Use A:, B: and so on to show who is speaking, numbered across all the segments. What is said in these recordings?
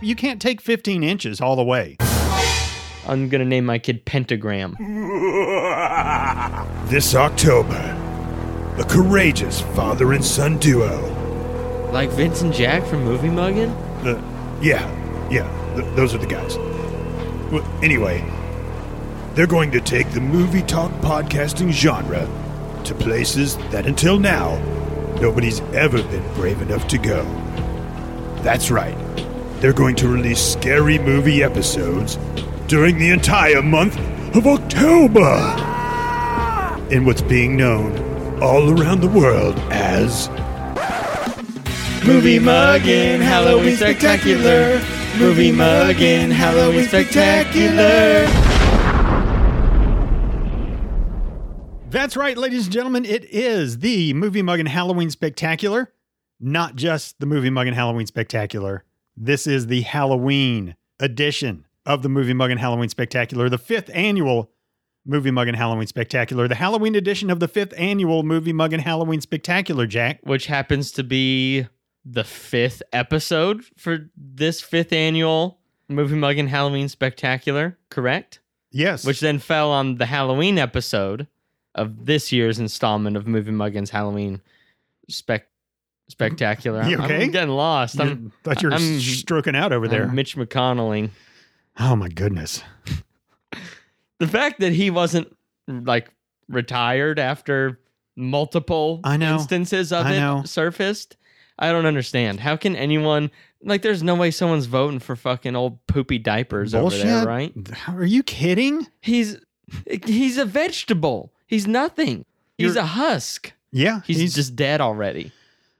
A: you can't take 15 inches all the way.
B: I'm gonna name my kid Pentagram.
C: This October, the courageous father and son duo.
B: Like Vince and Jack from Movie Muggin?
C: The, yeah, yeah, th- those are the guys. Well, anyway, they're going to take the movie talk podcasting genre to places that until now, nobody's ever been brave enough to go. That's right. They're going to release scary movie episodes during the entire month of October in what's being known all around the world as
B: Movie Muggin Halloween Spectacular. Movie Muggin Halloween Spectacular.
A: That's right, ladies and gentlemen. It is the Movie Mug and Halloween Spectacular, not just the Movie Mug and Halloween Spectacular. This is the Halloween edition of the Movie Mug and Halloween Spectacular, the fifth annual Movie Mug and Halloween Spectacular, the Halloween edition of the fifth annual Movie Mug and Halloween Spectacular, Jack.
B: Which happens to be the fifth episode for this fifth annual Movie Muggin Halloween Spectacular, correct?
A: Yes.
B: Which then fell on the Halloween episode of this year's installment of Movie Muggin's Halloween Spec Spectacular.
A: You okay?
B: I'm getting lost. I'm,
A: you, thought you were
B: I'm-
A: stroking out over there.
B: I'm Mitch McConnelling.
A: oh my goodness.
B: The fact that he wasn't like retired after multiple
A: I know.
B: instances of
A: I
B: it
A: know.
B: surfaced, I don't understand. How can anyone like? There's no way someone's voting for fucking old poopy diapers over there, right?
A: Are you kidding?
B: He's he's a vegetable. He's nothing. He's
A: You're-
B: a husk.
A: Yeah.
B: He's, just dead already.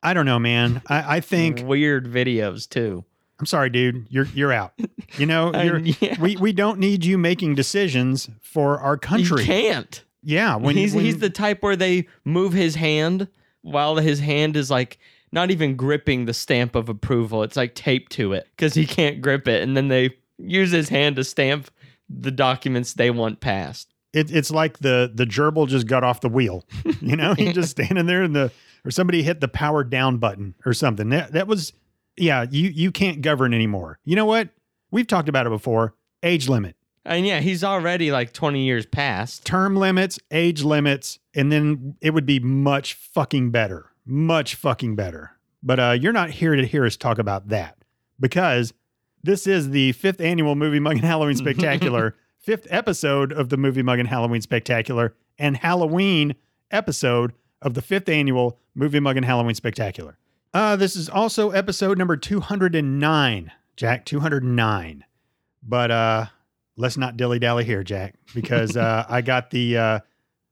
A: I don't know, man. I, I think
B: Weird videos too.
A: I'm sorry, dude. You're you're out. You know,
B: I-
A: you're,
B: yeah.
A: we we don't need you making decisions for our
B: You
A: country.
B: can't.
A: Yeah, when
B: he's
A: when-
B: he's the type where they move his hand while his hand is like not even gripping the stamp of approval. It's like taped to it because he can't grip it, and then they use his hand to stamp the documents they want passed.
A: it, it's like the the gerbil just got off the wheel. You know, he's just standing there, and the or somebody hit the power down button or something. That that was yeah. You you can't govern anymore. You know what? We've talked about it before. Age limit,
B: And yeah, he's already like twenty years past.
A: term limits, age limits, and then it would be much fucking better, much fucking better. But uh, you're not here to hear us talk about that because this is the fifth annual Movie Mug and Halloween Spectacular, fifth episode of the Movie Mug and Halloween Spectacular, and Halloween episode of the fifth annual Movie Mug and Halloween Spectacular. Uh, this is also episode number 209, Jack, 209. But uh, let's not dilly dally here, Jack, because uh, I got the uh,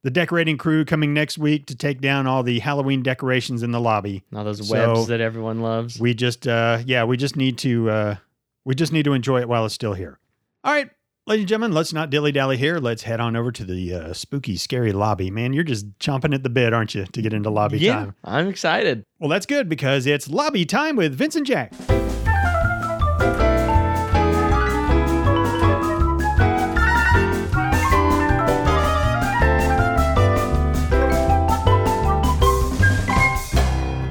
A: the decorating crew coming next week to take down all the Halloween decorations in the lobby.
B: All those
A: So-
B: webs that everyone loves.
A: We just, uh, yeah, we just need to, uh, we just need to enjoy it while it's still here. All right, ladies and gentlemen, let's not dilly dally here. Let's head on over to the uh, spooky, scary lobby. Man, you're just chomping at the bit, aren't you, to get into lobby
B: yeah,
A: time?
B: I'm excited.
A: Well, that's good because it's lobby time with Vincent Jack.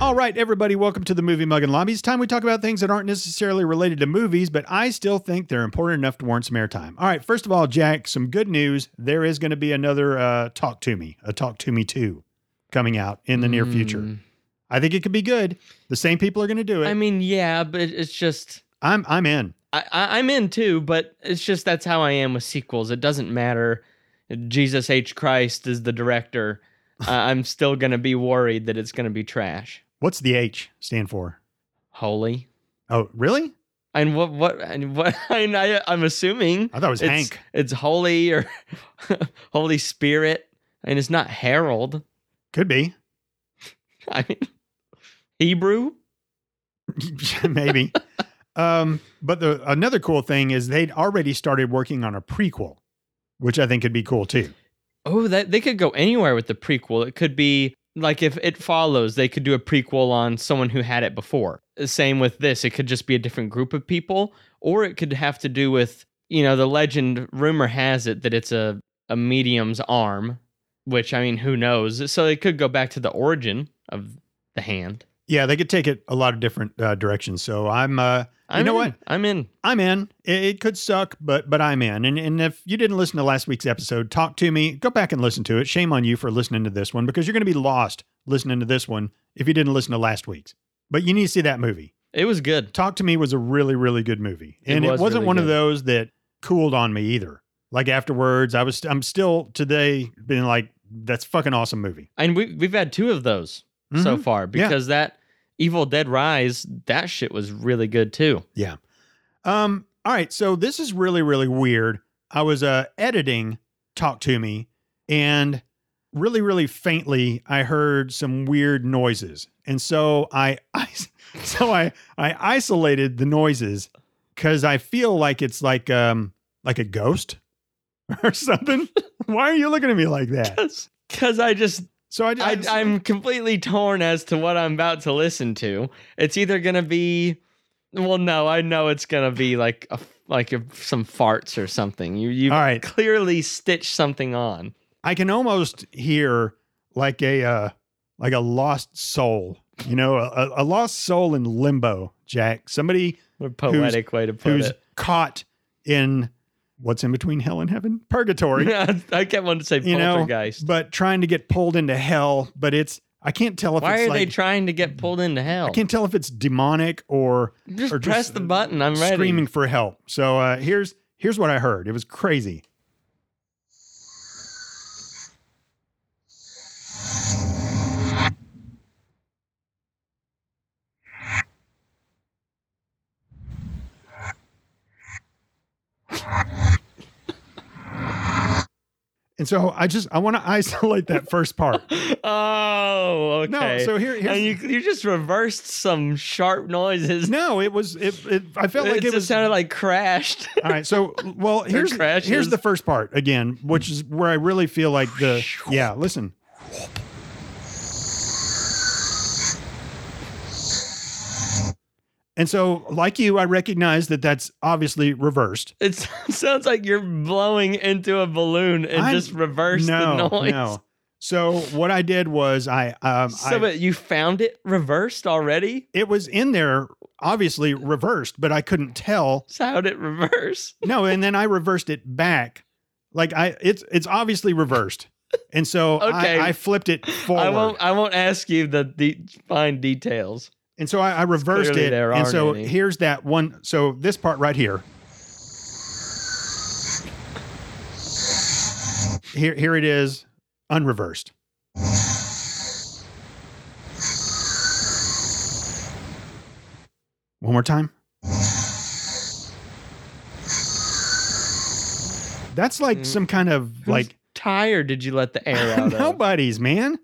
A: All right, everybody, welcome to the Movie Mug and Lobby. It's time we talk about things that aren't necessarily related to movies, but I still think they're important enough to warrant some airtime. All right, first of all, Jack, some good news. There is going to be another uh, Talk to Me, a Talk to Me 2 coming out in the near future.
B: Mm.
A: I think it could be good. The same people are going to do it.
B: I mean, yeah, but it's just
A: I'm I'm in.
B: I, I, I'm in too, but it's just that's how I am with sequels. It doesn't matter. Jesus H. Christ is the director. Uh, I'm still going to be worried that it's going to be trash.
A: What's the H stand for?
B: Holy.
A: Oh, really?
B: And what, what, and what, and I, I'm assuming
A: I thought it was
B: it's,
A: Hank.
B: it's holy or Holy Spirit. And it's not Harold.
A: Could be.
B: I mean, Hebrew?
A: Maybe. um, but the another cool thing is they'd already started working on a prequel, which I think could be cool too.
B: Oh, that they could go anywhere with the prequel. It could be like if it follows, they could do a prequel on someone who had it before. Uh, Same with this. It could just be a different group of people, or it could have to do with, you know, the legend rumor has it that it's a, a medium's arm, which I mean, who knows? So it could go back to the origin of the hand.
A: Yeah, they could take it a lot of different uh, directions. So I'm, uh,
B: I'm
A: you know
B: in.
A: what?
B: I'm in.
A: I'm in. It, it could suck, but but I'm in. And and if you didn't listen to last week's episode, talk to me. Go back and listen to it. Shame on you for listening to this one because you're going to be lost listening to this one if you didn't listen to last week's. But you need to see that movie.
B: It was good.
A: Talk to Me was a really, really good movie,
B: It
A: and it,
B: was
A: was not
B: really
A: one of
B: good.
A: those that cooled on me either. Like afterwards, I was I'm still today being like, that's fucking awesome movie.
B: And we we've had two of those so
A: Mhm.
B: far
A: Yeah.
B: because that Evil Dead Rise, that shit was really good too.
A: um, all right, so this is really, really weird. I was uh editing Talk to Me, and really, really faintly, I heard some weird noises, and so I, I so I I isolated the noises because I feel like it's like um like a ghost or something. Why are you looking at me like that?
B: Because I just,
A: So I, I,
B: I, I'm completely torn as to what I'm about to listen to. It's either gonna be, well, no, I know it's gonna be like a like a, some farts or something. You you
A: all right.
B: clearly stitched something on.
A: I can almost hear like a uh, like a lost soul, you know, a, a lost soul in limbo, Jack. Somebody
B: A poetic way to put
A: who's
B: it.
A: caught in what's in between hell and heaven, purgatory,
B: I kept wanting to say
A: You know,
B: poltergeist.
A: but trying to get pulled into hell. But it's I can't tell if
B: Why
A: it's
B: are they
A: like
B: trying to get pulled into hell?
A: I can't tell if it's demonic or
B: just
A: or
B: press
A: just
B: the button. I'm ready.
A: screaming for help. So uh, here's here's what I heard. It was crazy. And so I just I want to isolate that first part.
B: Oh, okay.
A: No, so here here's
B: and you you just reversed some sharp noises.
A: no, it was it, it I felt like
B: it,
A: it
B: just
A: was
B: sounded like crashed.
A: All right. So, well, here's
B: crashes.
A: here's the first part again, which is where I really feel like the yeah. Listen, and so like you, I recognize that that's obviously reversed.
B: It sounds like you're blowing into a balloon and
A: I'm-
B: just reversed
A: no,
B: the noise.
A: no. So what I did was I um
B: So
A: I,
B: but you found it reversed already?
A: it was in there obviously reversed, but I couldn't tell
B: So how did it reverse?
A: No, and then I reversed it back. Like I, it's it's obviously reversed, and so
B: Okay.
A: I, I flipped it
B: I
A: forward,
B: won't I won't ask you the de- fine details.
A: and so I, I reversed
B: Clearly
A: it,
B: there
A: and
B: aren't
A: so
B: any.
A: here's that one. So this part right here, here here it is, unreversed. One more time. That's like
B: Mm.
A: some kind of like
B: Whose tire did you let the air out of?
A: Nobody's, man.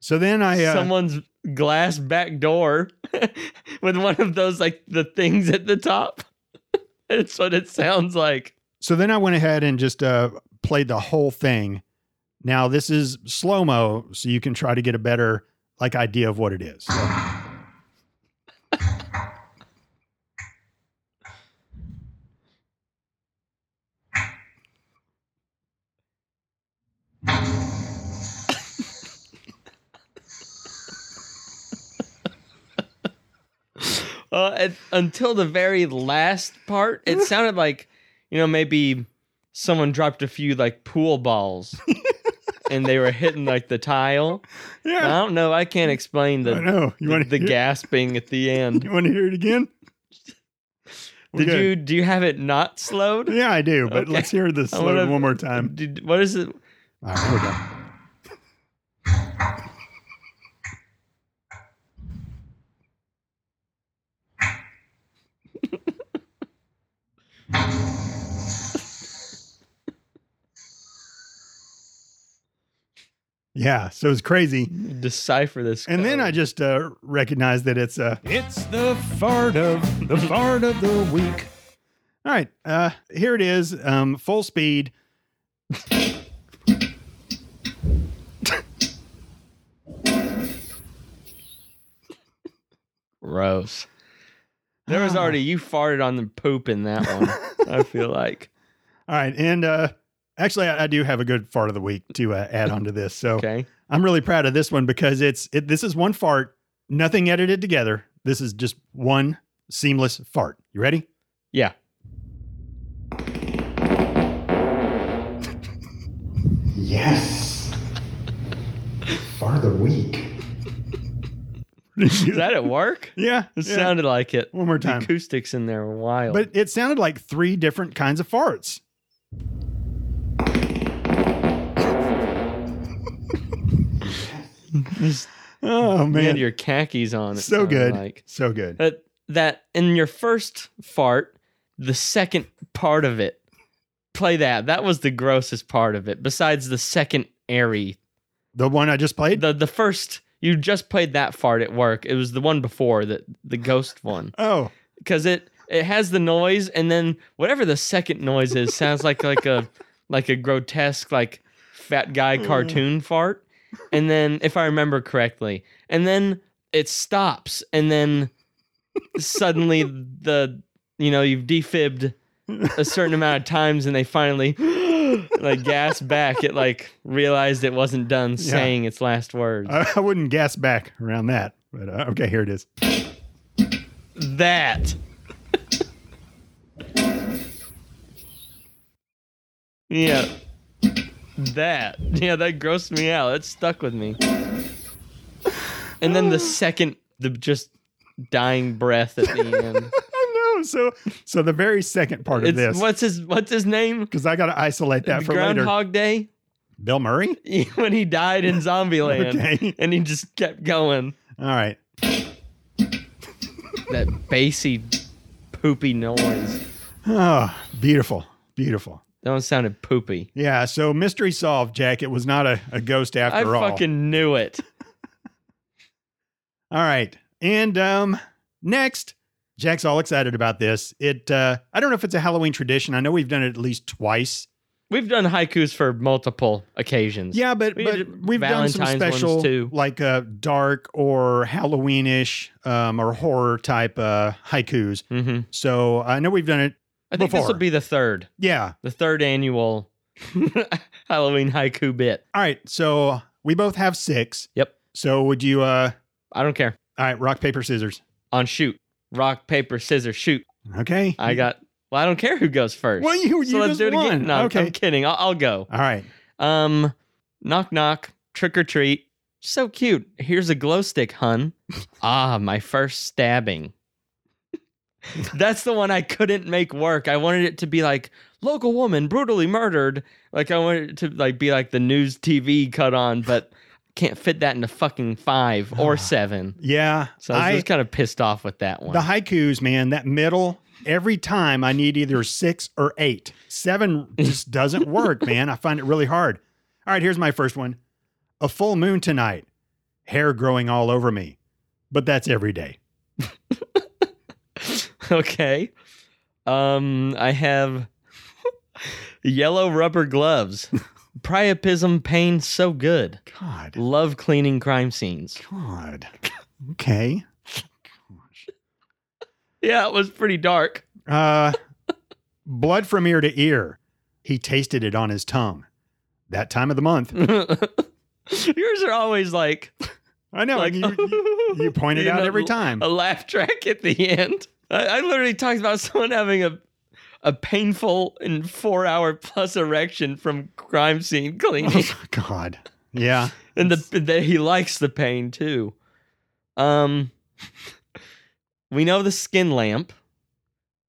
A: So then I, uh,
B: Someone's glass back door with one of those like the things at the top. That's what it sounds like.
A: so then I went ahead and just uh, played the whole thing. Now this is slow mo, so you can try to get a better like idea of what it is. So-
B: Uh, at- until the very last part, it sounded like you know maybe someone dropped a few like pool balls and they were hitting like the tile. I
A: yeah,
B: don't know. I can't explain
A: I
B: the
A: know. You want
B: the
A: to hear,
B: gasping at the end.
A: You want to hear it again?
B: Did
A: Okay.
B: you do you have it not slowed?
A: Yeah, I do. But
B: Okay.
A: let's hear this
B: I
A: slow
B: wanna-
A: one more time.
B: Did, what is it?
A: All right, here we go. Yeah, so it's crazy.
B: Decipher this.
A: And then
B: code.
A: I just uh, recognized that it's uh,
C: It's the fart of the fart of the week.
A: all right. Uh, here it is, um, full speed.
B: Gross. There
A: Ah.
B: was already you farted on the poop in that one. I feel like
A: All right, and uh, actually, I, I do have a good fart of the week to uh, add on to this. So
B: okay.
A: I'm really proud of this one because it's it, this is one fart Nothing edited together. This is just one seamless fart. You ready?
B: Yeah.
D: Yes. Far the weak.
B: Is that at work?
A: yeah.
B: It
A: yeah.
B: sounded like it.
A: one more
B: The
A: time.
B: acoustics in there were wild.
A: But it sounded like three different kinds of farts. oh
B: you
A: man,
B: had your khakis on. It
A: so
B: sounded
A: good,
B: Like.
A: so good.
B: that that in your first fart, the second part of it, play that. That was the grossest part of it. Besides the second airy,
A: The one I just played.
B: the the first you just played that fart at work. It was the one before that the ghost one
A: oh,
B: because it it has the noise and then whatever the second noise is sounds like like a like a grotesque like fat guy cartoon fart and then if i remember correctly and then it stops and then suddenly the you know you've defibbed a certain amount of times and they finally like gas back it like realized it wasn't done saying its last words
A: I, I wouldn't gas back around that. But uh, okay, here it is.
B: that. yeah. That. Yeah, that grossed me out. That stuck with me. And then the second, the just dying breath at the end.
A: I know. Oh, So, so the very second part of
B: It's,
A: this,
B: what's his What's his name?
A: because I got to isolate that for later.
B: Groundhog Day.
A: Bill Murray.
B: when he died in Zombieland,
A: Okay.
B: and he just kept going.
A: All right.
B: That bassy, poopy noise.
A: Oh, beautiful, beautiful.
B: That one sounded poopy.
A: Yeah. So mystery solved, Jack. It was not a, a ghost after
B: I
A: all.
B: fucking knew it.
A: All right. And um next, Jack's all excited about this. It uh I don't know if it's a Halloween tradition. I know we've done it at least twice.
B: We've done haikus for multiple occasions.
A: Yeah, but
B: We
A: but
B: did
A: we've done some
B: Valentine's ones
A: special
B: too.
A: like uh dark or Halloweenish um or horror type uh haikus.
B: hmm
A: So I know we've done it.
B: I think this
A: Before.
B: will be the third,
A: Yeah.
B: the third annual Halloween haiku bit.
A: All right. So we both have six.
B: Yep.
A: So would you uh
B: I don't care.
A: all right, rock, paper, scissors.
B: On shoot, rock, paper, scissors, shoot.
A: Okay.
B: I got. Well, I don't care who goes first.
A: well you, you
B: so let's
A: just
B: do it
A: won.
B: again. No, I'm-
A: okay.
B: I'm kidding. I'll, I'll go.
A: All right.
B: Um, knock knock, trick or treat. So cute. Here's a glow stick, hun. ah, my first stabbing. That's the one I couldn't make work. I wanted it to be like local woman brutally murdered. Like I wanted it to like be like the news TV cut on, but can't fit that into fucking five or seven.
A: Yeah.
B: So I was
A: I-
B: just kind of pissed off with that one.
A: The haikus, man, that middle, every time I need either six or eight. Seven just doesn't work, man. I find it really hard. All right, here's my first one A full moon tonight, hair growing all over me, but that's every day.
B: okay. Um, I have yellow rubber gloves. Priapism pain so good.
A: God,
B: Love cleaning crime scenes.
A: God. Okay.
B: Yeah, it was pretty dark.
A: Uh, blood from ear to ear. He tasted it on his tongue. That time of the month.
B: Yours are always like,
A: I know.
B: like
A: you, you, you point it
B: you
A: out
B: know,
A: every time.
B: A laugh track at the end. I, I literally talked about someone having a a painful and four hour plus erection from crime scene cleaning.
A: God. Yeah.
B: and the that he likes the pain too. Um, we know the skin lamp,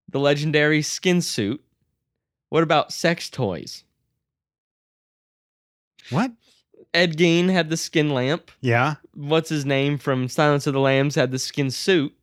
B: the legendary skin suit. What about sex toys?
A: What?
B: Ed Gein had the skin lamp.
A: Yeah.
B: What's his name from Silence of the Lambs had the skin suit,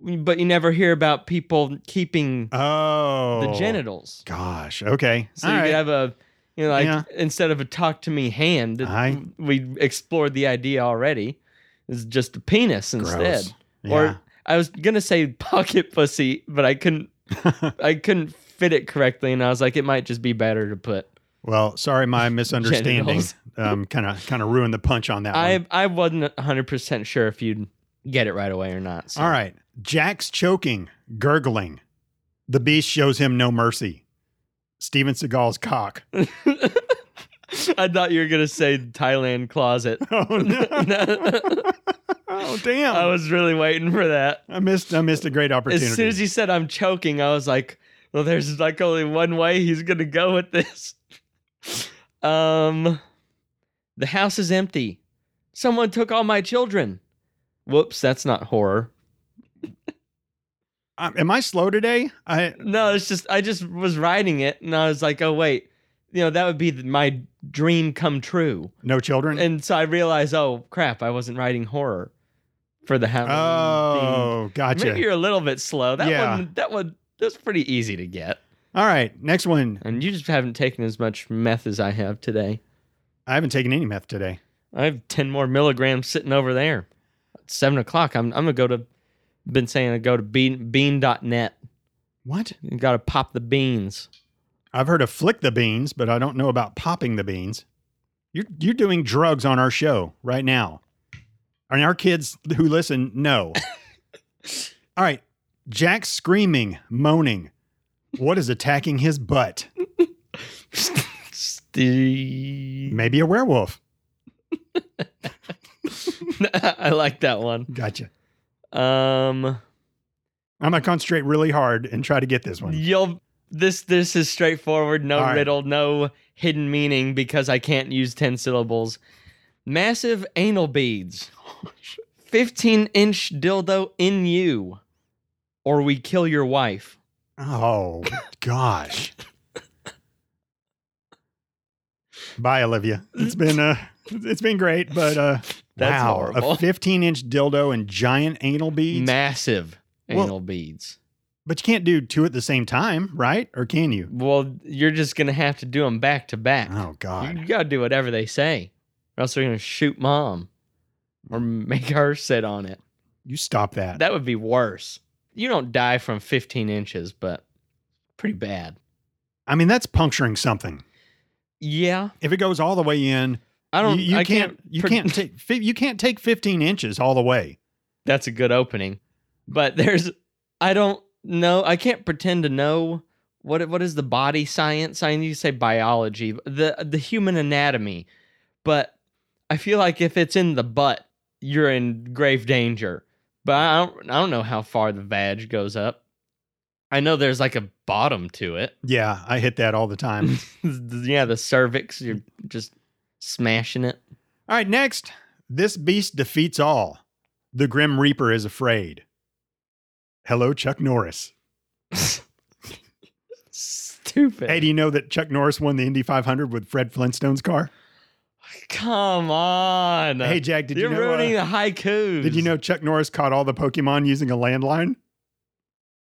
B: but you never hear about people keeping
A: Oh.
B: the genitals.
A: Gosh. Okay.
B: So
A: All
B: you
A: right.
B: could have a, you know, like
A: Yeah.
B: instead of a talk to me hand, that
A: I-
B: we explored the idea already. Is just a penis instead.
A: Gross.
B: Or I was gonna say pocket pussy, but I couldn't,
A: Yeah.
B: I couldn't fit it correctly, and I was like, it might just be better to put.
A: well, sorry, my misunderstanding.
B: Genitals.
A: Um, kind of kind of ruined the punch on that
B: I
A: one.
B: I wasn't hundred percent sure if you'd get it right away or not. so.
A: All right. Jack's choking, gurgling. The beast shows him no mercy. Steven Seagal's cock.
B: I thought you were gonna say Thailand closet.
A: Oh no! oh damn!
B: I was really waiting for that.
A: I missed. I missed a great opportunity.
B: As soon as you said I'm choking, I was like, well, there's like only one way he's gonna go with this. Um the house is empty. Someone took all my children. Whoops, that's not horror.
A: I- Uh, am I slow today? I
B: No, it's just I just was writing it and I was like, oh wait, you know, that would be th- my dream come true.
A: no children.
B: And so I realized, oh crap, I wasn't writing horror for the house.
A: oh, gotcha.
B: um, Maybe you're a little bit slow. That
A: Yeah.
B: one that one that's pretty easy to get.
A: All right, next one.
B: And you just haven't taken as much meth as I have today.
A: I haven't taken any meth today.
B: I have ten more milligrams sitting over there. At seven o'clock. I'm I'm gonna go to been saying I go to bean bean.net.
A: What?
B: You gotta pop the beans.
A: I've heard of flick the beans, but I don't know about popping the beans. You're you're doing drugs on our show right now. And our kids who listen know. All right. Jack screaming, moaning. What is attacking his butt?
B: Steve.
A: Maybe a werewolf.
B: I like that one.
A: Gotcha.
B: Um
A: I'm gonna concentrate really hard and try to get this one.
B: you'll this this is straightforward, no
A: All right.
B: riddle, no hidden meaning because I can't use ten syllables. Massive anal beads. Fifteen inch dildo in you. Or we kill your wife.
A: Oh gosh. Bye, Olivia. It's been uh it's been great, but uh
B: That's
A: wow,
B: horrible.
A: a 15 inch dildo and giant anal beads.
B: massive
A: Well-
B: anal beads.
A: But you can't do two at the same time, right? Or can you?
B: Well, you're just gonna have to do them back to back.
A: Oh
B: You
A: God.
B: gotta do whatever they say, or else they're gonna shoot mom or make her sit on it.
A: You stop that.
B: That would be worse. You don't die from 15 inches, but pretty bad.
A: I mean, that's puncturing something.
B: Yeah,
A: If it goes all the way in,
B: I don't.
A: you, you
B: I
A: can't, you
B: pro-
A: can't take fi- you can't take 15 inches all the way.
B: that's a good opening, but there's. I don't know. I can't pretend to know what what is the body science. I need to say biology, the the human anatomy, but I feel like if it's in the butt, you're in grave danger. But I don't, I don't know how far the vag goes up. I know there's like a bottom to it.
A: Yeah, I hit that all the time.
B: yeah, the cervix, you're just smashing it.
A: all right, next. This beast defeats all. The Grim Reaper is afraid. Hello, Chuck Norris.
B: Stupid.
A: Hey, do you know that Chuck Norris won the Indy 500 with Fred Flintstone's car?
B: Come on.
A: hey, Jack, did you
B: You're
A: know? uh,
B: ruining the haikus.
A: Did you know Chuck Norris caught all the Pokemon using a landline?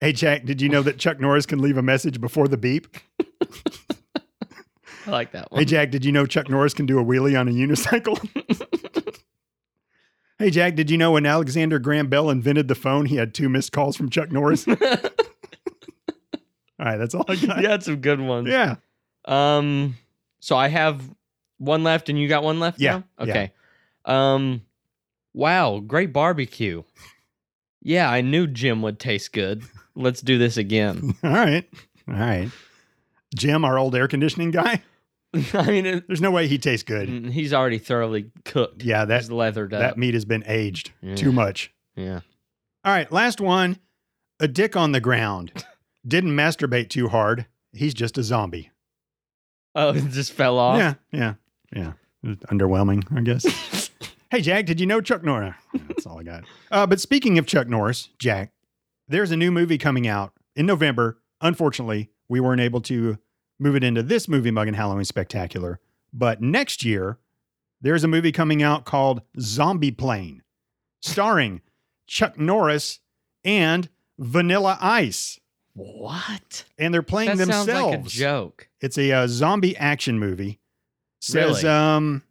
A: Hey, Jack, did you know that Chuck Norris can leave a message before the beep?
B: I like that one.
A: Hey, Jack, did you know Chuck Norris can do a wheelie on a unicycle? hey, Jack, did you know when Alexander Graham Bell invented the phone, he had two missed calls from Chuck Norris? all right, that's all I got.
B: you had some good ones.
A: Yeah.
B: Um, so I have one left, and you got one left.
A: Yeah,
B: Now?
A: yeah.
B: Okay. Um, wow, great barbecue. Yeah, I knew Jim would taste good. Let's do this again.
A: All right. All right. Jim, our old air conditioning guy,
B: I mean, it,
A: there's no way he tastes good.
B: he's already thoroughly cooked.
A: Yeah, that,
B: His leathered up.
A: that meat has been aged
B: Yeah.
A: too much.
B: yeah.
A: All right, last one. A dick on the ground. Didn't masturbate too hard. He's just a zombie.
B: Oh, it just fell off.
A: Yeah, yeah, yeah. It's underwhelming, I guess. hey, Jack, did you know Chuck Norris? That's all I got. Uh, but speaking of Chuck Norris, Jack, there's a new movie coming out in November. Unfortunately, we weren't able to move it into this movie mug and Halloween Spectacular. But next year, there's a movie coming out called Zombie Plane, starring Chuck Norris and Vanilla Ice.
B: What?
A: And they're playing
B: that
A: themselves.
B: sounds like a joke.
A: It's a uh, zombie action movie. Says
B: Really?
A: um,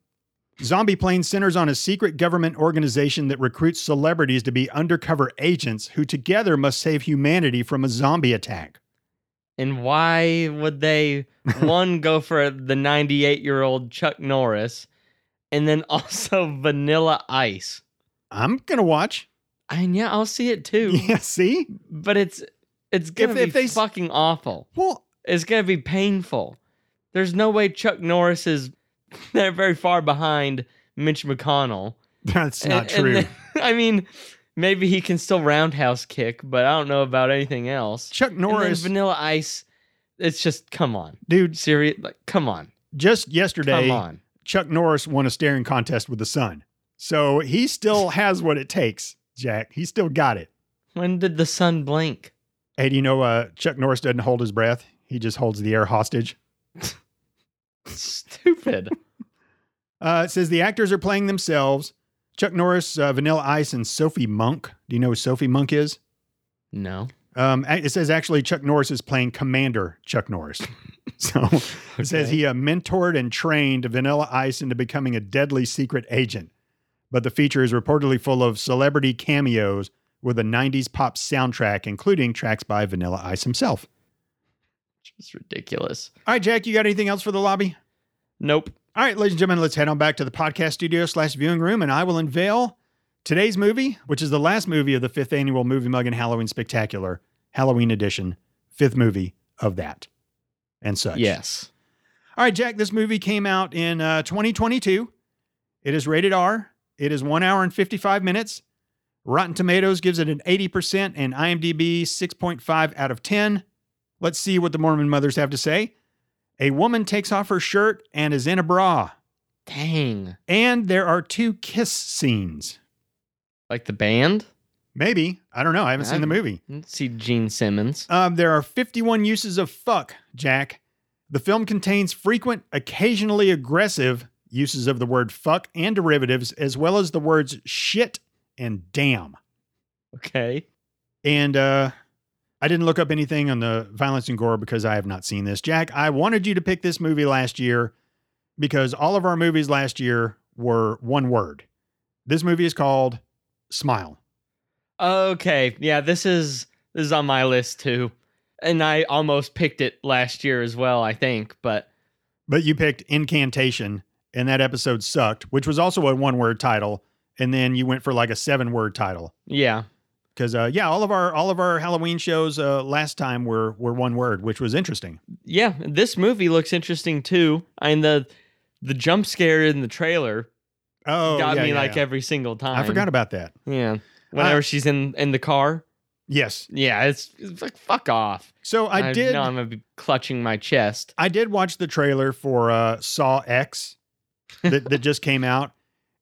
A: zombie plane centers on a secret government organization that recruits celebrities to be undercover agents who together must save humanity from a zombie attack.
B: And why would they one go for the 98 year old Chuck Norris, and then also Vanilla Ice?
A: I'm gonna watch.
B: And yeah, I'll see it too.
A: Yeah, see.
B: but it's it's gonna
A: If-
B: be
A: if they s-
B: fucking awful.
A: Well,
B: It's gonna be painful. There's no way Chuck Norris is they're very far behind Mitch McConnell.
A: That's not
B: And- and
A: true.
B: then- I mean, maybe he can still roundhouse kick, but I don't know about anything else.
A: Chuck
B: And then
A: Norris,
B: Vanilla Ice. It's just come on,
A: dude,
B: serious. Like, come on,
A: just
B: come
A: yesterday,
B: on.
A: Chuck Norris won a staring contest with the sun. So he still has what it takes, Jack. He still got it.
B: When did the sun blink?
A: Hey, do you know uh, Chuck Norris doesn't hold his breath? He just holds the air hostage.
B: Stupid.
A: Uh, it says the actors are playing themselves. Chuck Norris, uh, Vanilla Ice, and Sophie Monk. Do you know who Sophie Monk is?
B: No.
A: Um, a- it says actually Chuck Norris is playing Commander Chuck Norris. so it says
B: Okay.
A: he uh, mentored and trained Vanilla Ice into becoming a deadly secret agent. But the feature is reportedly full of celebrity cameos with a 90s pop soundtrack, including tracks by Vanilla Ice himself.
B: It's ridiculous.
A: All right, Jack, you got anything else for the lobby?
B: Nope.
A: All right, ladies and gentlemen, let's head on back to the podcast studio slash viewing room, and I will unveil today's movie, which is the last movie of the fifth annual Movie Mug and Halloween Spectacular, Halloween edition, fifth movie of that, and such.
B: Yes.
A: All right, Jack, this movie came out in uh, 2022. It is rated R. It is one hour and 55 minutes. Rotten Tomatoes gives it an 80% and IMDb 6.5 out of 10. Let's see what the Mormon mothers have to say. A woman takes off her shirt and is in a bra.
B: Dang.
A: And there are two kiss scenes.
B: Like the band.
A: Maybe. I don't know. I haven't seen the
B: I've-
A: movie.
B: Let's see Gene Simmons.
A: Um, there are 51 uses of fuck, Jack. The film contains frequent, occasionally aggressive uses of the word fuck and derivatives, as well as the words shit and damn.
B: Okay.
A: And uh, I didn't look up anything on the violence and gore because I have not seen this. Jack, I wanted you to pick this movie last year because all of our movies last year were one word. This movie is called Smile.
B: Okay. Yeah, this is this is on my list too. And I almost picked it last year as well, I think, but
A: But you picked Incantation, and that episode sucked, which was also a one word title. And then you went for like a seven word title.
B: yeah.
A: Because uh, yeah, all of our all of our Halloween shows uh, last time were were one word, which was interesting.
B: Yeah, this movie looks interesting too. I mean the the jump scare in the trailer
A: Oh,
B: got
A: yeah,
B: me
A: yeah,
B: like
A: yeah.
B: every single time.
A: I forgot about that.
B: Yeah. Whenever she's in in the car.
A: Yes.
B: Yeah, it's, it's like fuck off.
A: So I, did.
B: know I'm gonna be clutching my chest.
A: I did watch the trailer for uh, Saw X that, that just came out,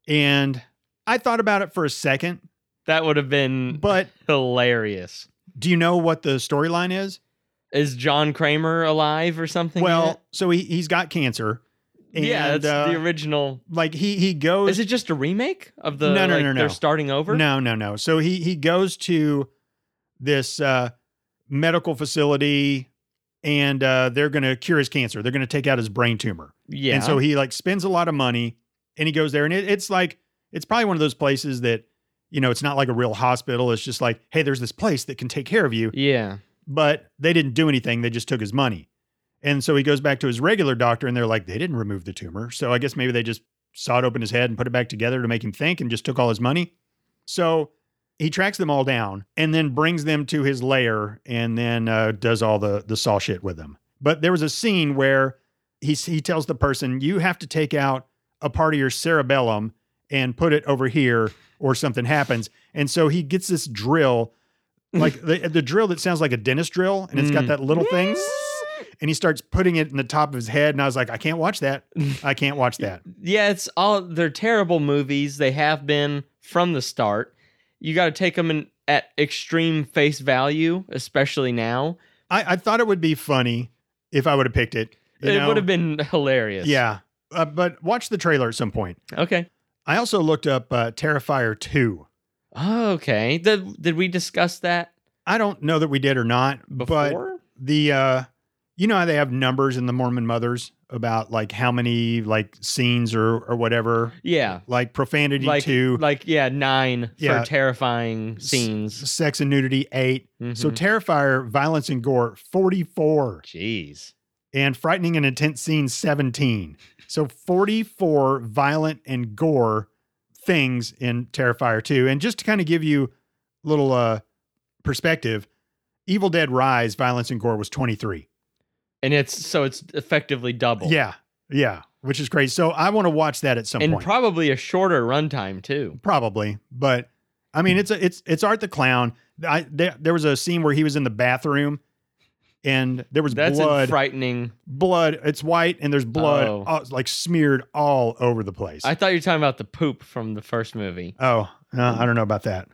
A: and I thought about it for a second.
B: That would have been
A: But
B: hilarious.
A: do you know what the storyline is?
B: Is John Kramer alive or something?
A: Well, so he he's got cancer.
B: yet? yeah,
A: and,
B: that's
A: uh,
B: the original
A: Like he he goes.
B: Is it just a remake of the?
A: No, no,
B: like,
A: no, no.
B: They're starting over.
A: No, no, no. So he he goes to this uh, medical facility, and uh, they're going to cure his cancer. They're going to take out his brain tumor.
B: Yeah.
A: And so he like spends a lot of money and he goes there and it, it's like it's probably one of those places that you know, it's not like a real hospital. It's just like, hey, there's this place that can take care of you,
B: yeah.
A: but they didn't do anything. They just took his money. And so he goes back to his regular doctor and they're like, they didn't remove the tumor. So I guess maybe they just sawed open his head and put it back together to make him think and just took all his money. So he tracks them all down and then brings them to his lair and then uh, does all the the saw shit with them. But there was a scene where he s- he tells the person, "You have to take out a part of your cerebellum and put it over here, or something happens." And so he gets this drill, like the the drill that sounds like a dentist drill, and it's got
B: Mm.
A: that little thing. And he starts putting it in the top of his head, and I was like, "I can't watch that. I can't watch that."
B: Yeah. It's all. They're terrible movies. They have been from the start. You got to take them in, at extreme face value, especially now.
A: I, I thought it would be funny if I would have picked it. you
B: it
A: know?
B: would have been hilarious.
A: Yeah. Uh, but watch the trailer at some point.
B: Okay.
A: I also looked up uh, Terrifier 2.
B: Oh, okay. Did did we discuss that
A: I don't know that we did or not, but
B: before?
A: the uh you know how they have numbers in the Mormon mothers about like how many like scenes or or whatever,
B: yeah.
A: like profanity
B: Like
A: 2,
B: like yeah nine
A: Yeah.
B: for terrifying
A: S-
B: scenes.
A: sex and nudity 8. So
B: Mhm.
A: Terrifier, violence and gore 44
B: jeez.
A: and frightening and intense scenes 17. So 44 violent and gore things in Terrifier 2. And just to kind of give you a little uh, perspective, Evil Dead Rise violence and gore was 23.
B: And it's so it's effectively double.
A: Yeah. Yeah. which is great. So I want to watch that at some
B: and
A: point,
B: probably a shorter runtime too.
A: probably. But I mean, it's a, it's it's Art the Clown. I, there, there was a scene where he was in the bathroom, and there was
B: That's in
A: blood,
B: frightening.
A: blood. It's white, and there's blood
B: Oh.
A: all- like smeared all over the place.
B: I thought you were talking about the poop from the first movie.
A: oh, no, I don't know about that.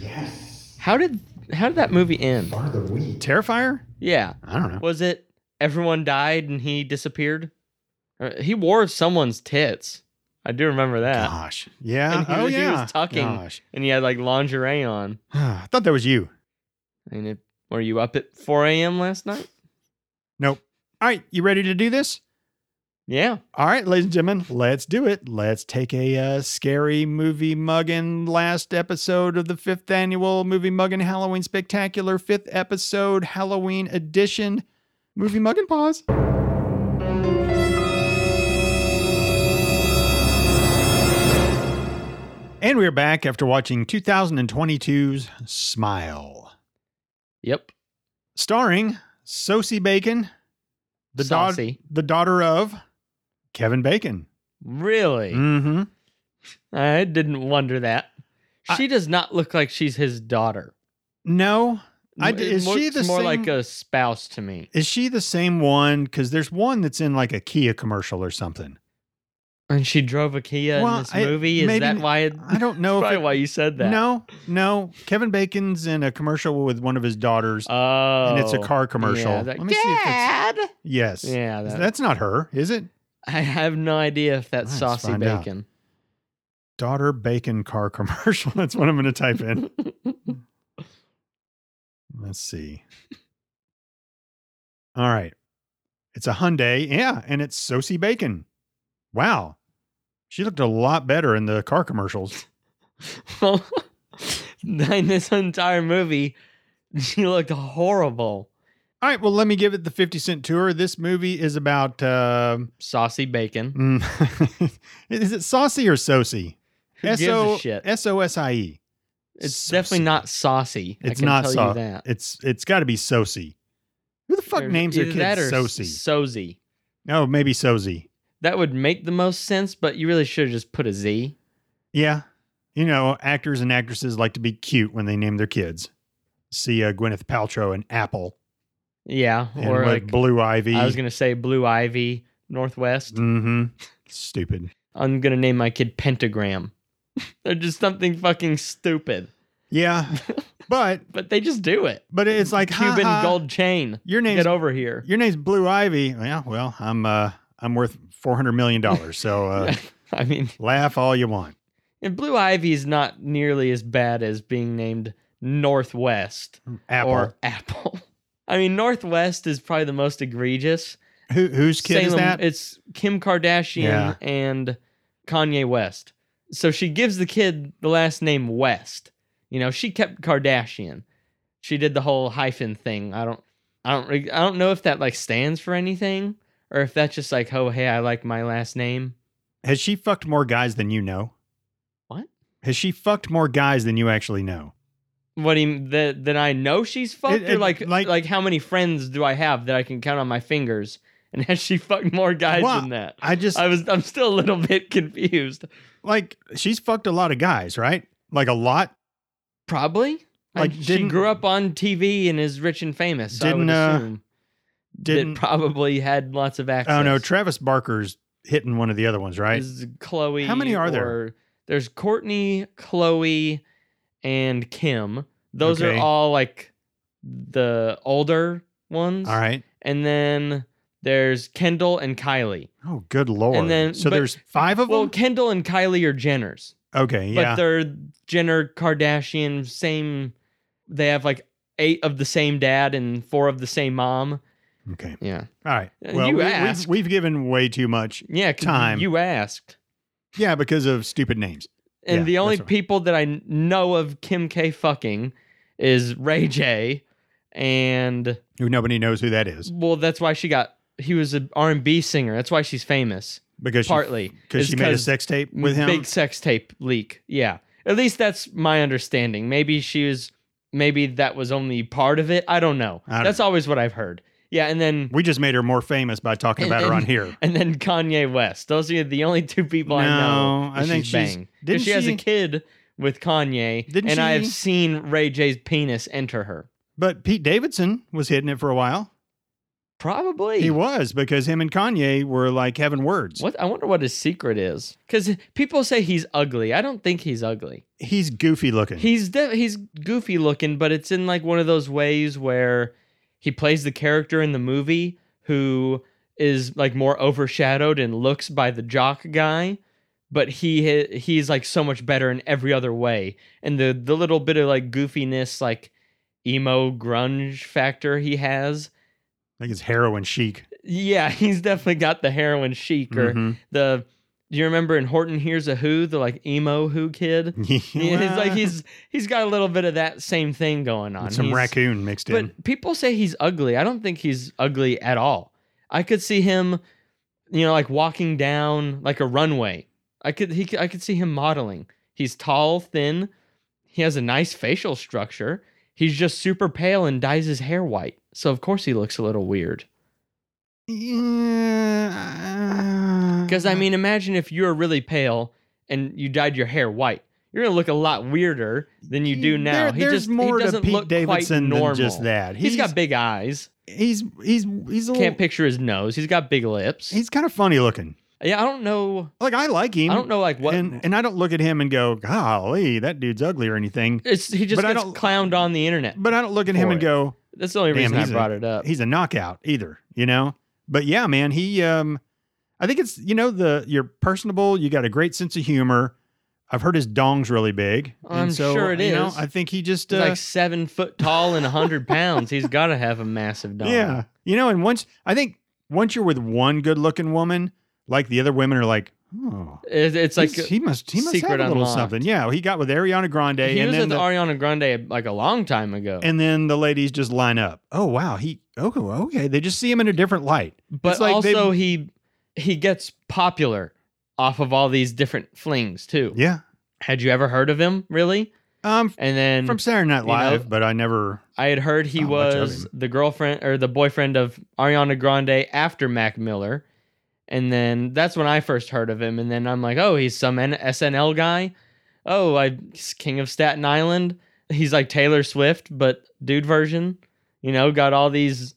D: Yes.
B: How did how did that movie end?
D: For the weak.
A: Terrifier?
B: Yeah,
A: I don't know.
B: was it everyone died and he disappeared? Or- He wore someone's tits. I do remember that.
A: Gosh, yeah.
B: And he
A: oh
B: was- he
A: yeah.
B: was tucking.
A: Gosh.
B: And he had like lingerie on.
A: I thought that was you.
B: I mean, it, were you up at 4 a.m. last night?
A: Nope. All right, you ready to do this?
B: Yeah.
A: All right, ladies and gentlemen, let's do it. Let's take a uh, scary movie mugging last episode of the fifth annual movie mugging Halloween spectacular, fifth episode Halloween edition. Movie mugging pause. And we're back after watching 2022's Smile,
B: Yep.
A: starring Sosie Bacon, the, daugh-
B: Saucy.
A: the daughter of Kevin Bacon.
B: Really?
A: Mm-hmm.
B: Mm. I didn't wonder that.
A: I-
B: She does not look like she's his daughter.
A: No, I
B: It
A: d- is she
B: looks
A: the
B: more like
A: same-
B: a spouse to me?
A: is she the same one? Because there's one that's in like a Kia commercial or something.
B: And she drove a Kia
A: Well,
B: in this
A: I-
B: movie. Is
A: maybe
B: that
A: n-
B: why? It,
A: I don't know if
B: probably
A: it,
B: why you said that?
A: no, no. Kevin Bacon's in a commercial with one of his daughters,
B: Oh.
A: and it's a car commercial.
B: Yeah, that-
A: Let me see if it's
B: Dad.
A: yes.
B: yeah. That,
A: That's not her, is it?
B: I have no idea if that's
A: Let's
B: saucy
A: find out.
B: bacon.
A: Daughter Bacon car commercial. That's what I'm going to type in. Let's see. All right. It's a Hyundai. Yeah. And it's Sosie Bacon. Wow. She looked a lot better in the car commercials.
B: Well, in this entire movie, she looked horrible.
A: All right. Well, let me give it the 50 cent tour. This movie is about, uh,
B: Saucy bacon.
A: mm, is it Saucy or Sosie?
B: Who gives
A: S-O-
B: a shit?
A: S-O-S-I-E.
B: It's
A: Sosie.
B: definitely not saucy. I
A: It's
B: can
A: not
B: tell
A: sau-
B: you that.
A: It's It's got to be Sosie. Who the fuck
B: Or
A: names their
B: either that
A: kids
B: or
A: Sosie?
B: Sozy.
A: Oh, maybe Sosie.
B: That would make the most sense, but you really should have just put a Z.
A: Yeah. You know, actors and actresses like to be cute when they name their kids. See uh, Gwyneth Paltrow and Apple
B: Yeah,
A: and
B: or
A: like,
B: like
A: Blue Ivy.
B: I was gonna say Blue Ivy Northwest.
A: mm-hmm. Stupid.
B: I'm gonna name my kid Pentagram. They're just something fucking stupid,
A: Yeah. but
B: but they just do it.
A: but it's like ha,
B: Cuban
A: ha,
B: gold chain.
A: Your name's
B: Get over here.
A: your name's Blue Ivy. Yeah. Well, I'm uh I'm worth four hundred million dollars. So uh,
B: I mean,
A: laugh all you want.
B: and Blue Ivy is not nearly as bad as being named Northwest
A: Apple.
B: or Apple. I mean, Northwest is probably the most egregious.
A: Who, whose kid is
B: Salem-
A: that?
B: It's Kim Kardashian
A: Yeah.
B: and Kanye West. So she gives the kid the last name West. You know, she kept Kardashian. She did the whole hyphen thing. I don't, I don't, re- I don't know if that like stands for anything or if that's just like, oh hey, I like my last name.
A: Has she fucked more guys than you know?
B: What?
A: Has she fucked more guys than you actually know?
B: What do you mean, that that I know she's fucked
A: It-
B: or
A: it-
B: like,
A: like-
B: like how many friends do I have that I can count on my fingers? And has she fucked more guys
A: Well,
B: than that?
A: I just
B: I was I'm still a little bit confused.
A: like she's fucked a lot of guys, right? Like a lot.
B: Probably.
A: Like,
B: Like she
A: didn't-
B: grew up on TV and is rich and famous. So
A: Didn't,
B: I
A: uh,
B: would assume
A: Didn't
B: that probably had lots of access.
A: oh no, Travis Barker's hitting one of the other ones, right?
B: Is Chloe.
A: How many are there?
B: or- There's Courtney, Chloe, and Kim. Those
A: Okay.
B: are all like the older ones.
A: All right.
B: And then there's Kendall and Kylie.
A: Oh, good lord.
B: then-
A: so
B: but-
A: there's five of
B: Well,
A: them.
B: Kendall and Kylie are Jenners.
A: Okay, yeah.
B: But they're Jenner, Kardashian, same. They have like eight of the same dad and four of the same mom.
A: okay.
B: Yeah.
A: All right.
B: Uh,
A: Well,
B: you
A: we,
B: asked.
A: We've, we've given way too much.
B: Yeah. 'cause
A: Time.
B: You asked.
A: Yeah, because of stupid names.
B: And
A: Yeah,
B: the only
A: that's right.
B: people that I kn- know of Kim K fucking is Ray J. And
A: Who nobody knows who that is
B: well, that's why she got. He was an R and B singer. That's why she's famous.
A: because
B: Partly
A: because
B: is
A: she made a sex tape with him.
B: Big sex tape leak. Yeah. At least that's my understanding. Maybe she was Maybe that was only part of it. I don't know.
A: I don't
B: That's always what I've heard. Yeah, and then
A: We just made her more famous by talking
B: And-
A: about her on
B: and-
A: here.
B: and then Kanye West. Those are the only two people I know.
A: No,
B: that
A: I think she's-
B: banged. 'Cause
A: didn't
B: she, has a
A: she-
B: kid with Kanye,
A: Didn't
B: and I have
A: she-
B: seen Ray J's penis enter her.
A: But Pete Davidson was hitting it for a while.
B: Probably.
A: He was because him and Kanye were like having words.
B: What I wonder what his secret is, because people say he's ugly. I don't think he's ugly.
A: He's goofy looking.
B: He's de- he's goofy looking, but it's in like one of those ways where he plays the character in the movie who is like more overshadowed and looks by the jock guy, but he ha- he's like so much better in every other way. And the the little bit of like goofiness, like emo grunge factor he has.
A: I think it's heroin chic.
B: Yeah, he's definitely got the heroin chic or
A: Mhm.
B: the do you remember in Horton Hears a Who, the like emo Who kid? Yeah, he's like
A: Well,
B: he's he's got a little bit of that same thing going on.
A: and some
B: He's-
A: raccoon mixed in.
B: But people say he's ugly. I don't think he's ugly at all. I could see him, you know, like walking down like a runway. I could he could- I could see him modeling. He's tall, thin. He has a nice facial structure. He's just super pale and dyes his hair white. So of course he looks a little weird.
A: Yeah.
B: Because I mean, imagine if you're really pale and you dyed your hair white. You're gonna look a lot weirder than you do now.
A: There-
B: he
A: there's
B: just
A: more to
B: he doesn't
A: Pete
B: look
A: Davidson
B: quite normal.
A: than just that.
B: he's got big eyes.
A: he's he's he's a little,
B: Can't picture his nose. He's got big lips.
A: he's kind of funny looking.
B: yeah, I don't know.
A: Like I like him.
B: I don't know like what.
A: and and I don't look at him and go, golly, that dude's ugly or anything.
B: it's he just
A: but I
B: gets
A: don't-
B: clowned on the internet.
A: But I don't look at him
B: For
A: and
B: it.
A: go,
B: That's the only
A: Damn,
B: reason I
A: he's a-
B: brought it up.
A: he's a knockout either, you know? But yeah, man, he um I think it's you know, the you're personable, you got a great sense of humor. I've heard his dong's really big.
B: I'm
A: and so,
B: sure it
A: you know,
B: is.
A: I think he just
B: He's
A: uh,
B: like seven foot tall and hundred pounds. He's got to have a massive dog.
A: Yeah. You know, and once I think once you're with one good looking woman, like the other women are like, oh
B: It- it's like
A: he's- he must he must
B: secret
A: have a little
B: unlocked.
A: something. Yeah. He got with Ariana Grande
B: he
A: and
B: was
A: then
B: with
A: the,
B: Ariana Grande like a long time ago.
A: and then the ladies just line up. Oh wow, he oh okay. They just see him in a different light.
B: but
A: It's like they-
B: also he he gets popular off of all these different flings too.
A: Yeah.
B: Had you ever heard of him really?
A: Um
B: And then
A: from Saturday Night
B: you know,
A: Live, but I never
B: I had heard he
A: Not Oh, much of
B: was the girlfriend or the boyfriend of Ariana Grande after Mac Miller. And then that's when I first heard of him. And then I'm like, oh, he's some N- SNL guy. Oh, I, he's king of Staten Island. He's like Taylor Swift, but dude version. You know, got all these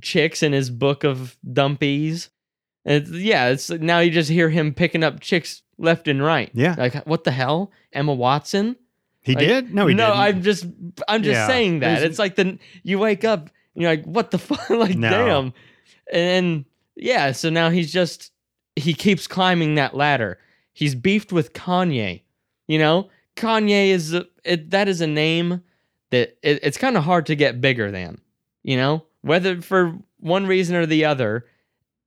B: chicks in his book of dumpies. It's, yeah, it's now you just hear him picking up chicks left and right.
A: Yeah.
B: Like, what the hell? Emma Watson?
A: He
B: Like,
A: did? No, he
B: no,
A: didn't.
B: I'm just I'm just
A: Yeah,
B: saying that.
A: there's-
B: It's like the you wake up and you're like, what the fuck? like
A: No.
B: damn. And then yeah, so now he's just he keeps climbing that ladder. He's beefed with Kanye. You know, Kanye is a, it, that is a name that it, it's kind of hard to get bigger than. You know, whether for one reason or the other,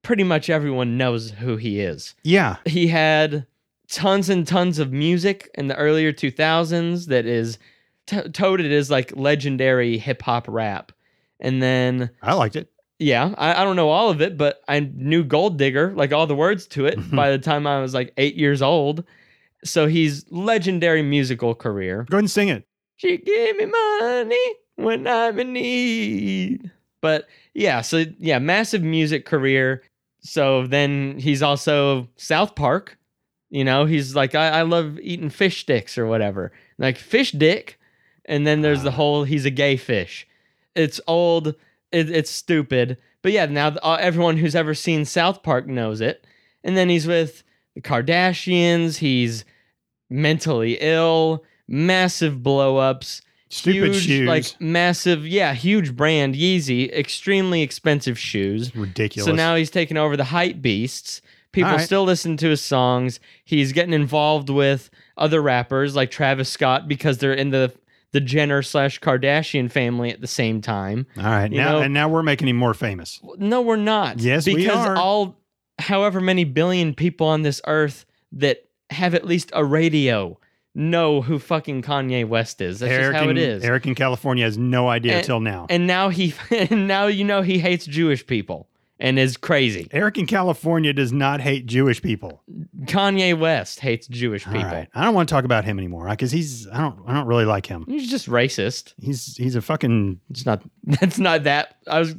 B: pretty much everyone knows who he is
A: yeah.
B: he had tons and tons of music in the earlier 2000s that is to toted as like legendary hip hop rap. And then,
A: I liked it.
B: yeah, I, I don't know all of it, but I knew Gold Digger, like all the words to it, by the time I was like eight years old. So he's legendary musical career.
A: Go ahead and sing it.
B: She gave me money when I'm in need. But yeah, so yeah, massive music career. So then he's also South Park. You know, he's like, I, I love eating fish sticks or whatever. Like, fish dick. And then there's the whole, he's a gay fish. It's old, it, it's stupid. But yeah, now th- uh, everyone who's ever seen South Park knows it. And then he's with the Kardashians. He's mentally ill, massive blow ups
A: Stupid
B: huge,
A: shoes.
B: like massive, yeah, huge brand Yeezy, extremely expensive shoes.
A: Ridiculous.
B: So now he's taking over the hype beasts. People
A: All right.
B: still listen to his songs. He's getting involved with other rappers like Travis Scott because they're in the the Jenner slash Kardashian family at the same time.
A: All right.
B: you
A: Now
B: know-
A: and now we're making him more famous.
B: No, we're not.
A: Yes, we
B: because
A: are.
B: all however many billion people on this earth that have at least a radio know who fucking Kanye West is. That's
A: Eric
B: just how
A: in,
B: it is.
A: Eric in California has no idea
B: And-
A: till now.
B: and now he and now you know he hates Jewish people and is crazy.
A: Eric in California does not hate Jewish people.
B: Kanye West hates Jewish people.
A: All right. I don't want to talk about him anymore because he's I don't I don't really like him.
B: He's just racist.
A: He's he's a fucking
B: It's not. That's not that. I was.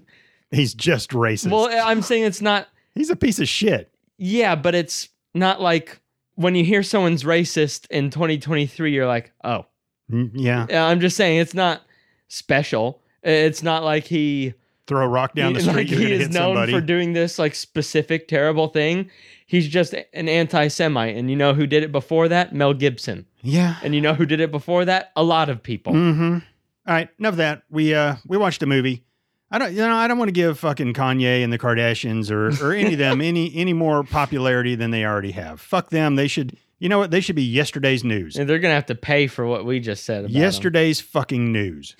A: he's just racist.
B: Well, I'm saying it's not.
A: he's a piece of shit.
B: Yeah, but it's not like when you hear someone's racist in 2023, you're like, oh.
A: Mm, Yeah,
B: Yeah, I'm just saying it's not special. It's not like he
A: throw a rock down the street,
B: like
A: you're
B: he
A: gonna
B: is
A: hit
B: known
A: somebody.
B: for doing this like specific terrible thing. He's just an anti-Semite, and you know who did it before that? Mel Gibson.
A: yeah.
B: And you know who did it before that? A lot of people.
A: Mm-hmm. All right, enough of that. We uh we watched a movie. I don't you know I don't want to give fucking Kanye and the Kardashians or or any of them any any more popularity than they already have. Fuck them. They should you know what they should be yesterday's news.
B: And they're gonna have to pay for what we just said. About 'em.
A: Yesterday's fucking news.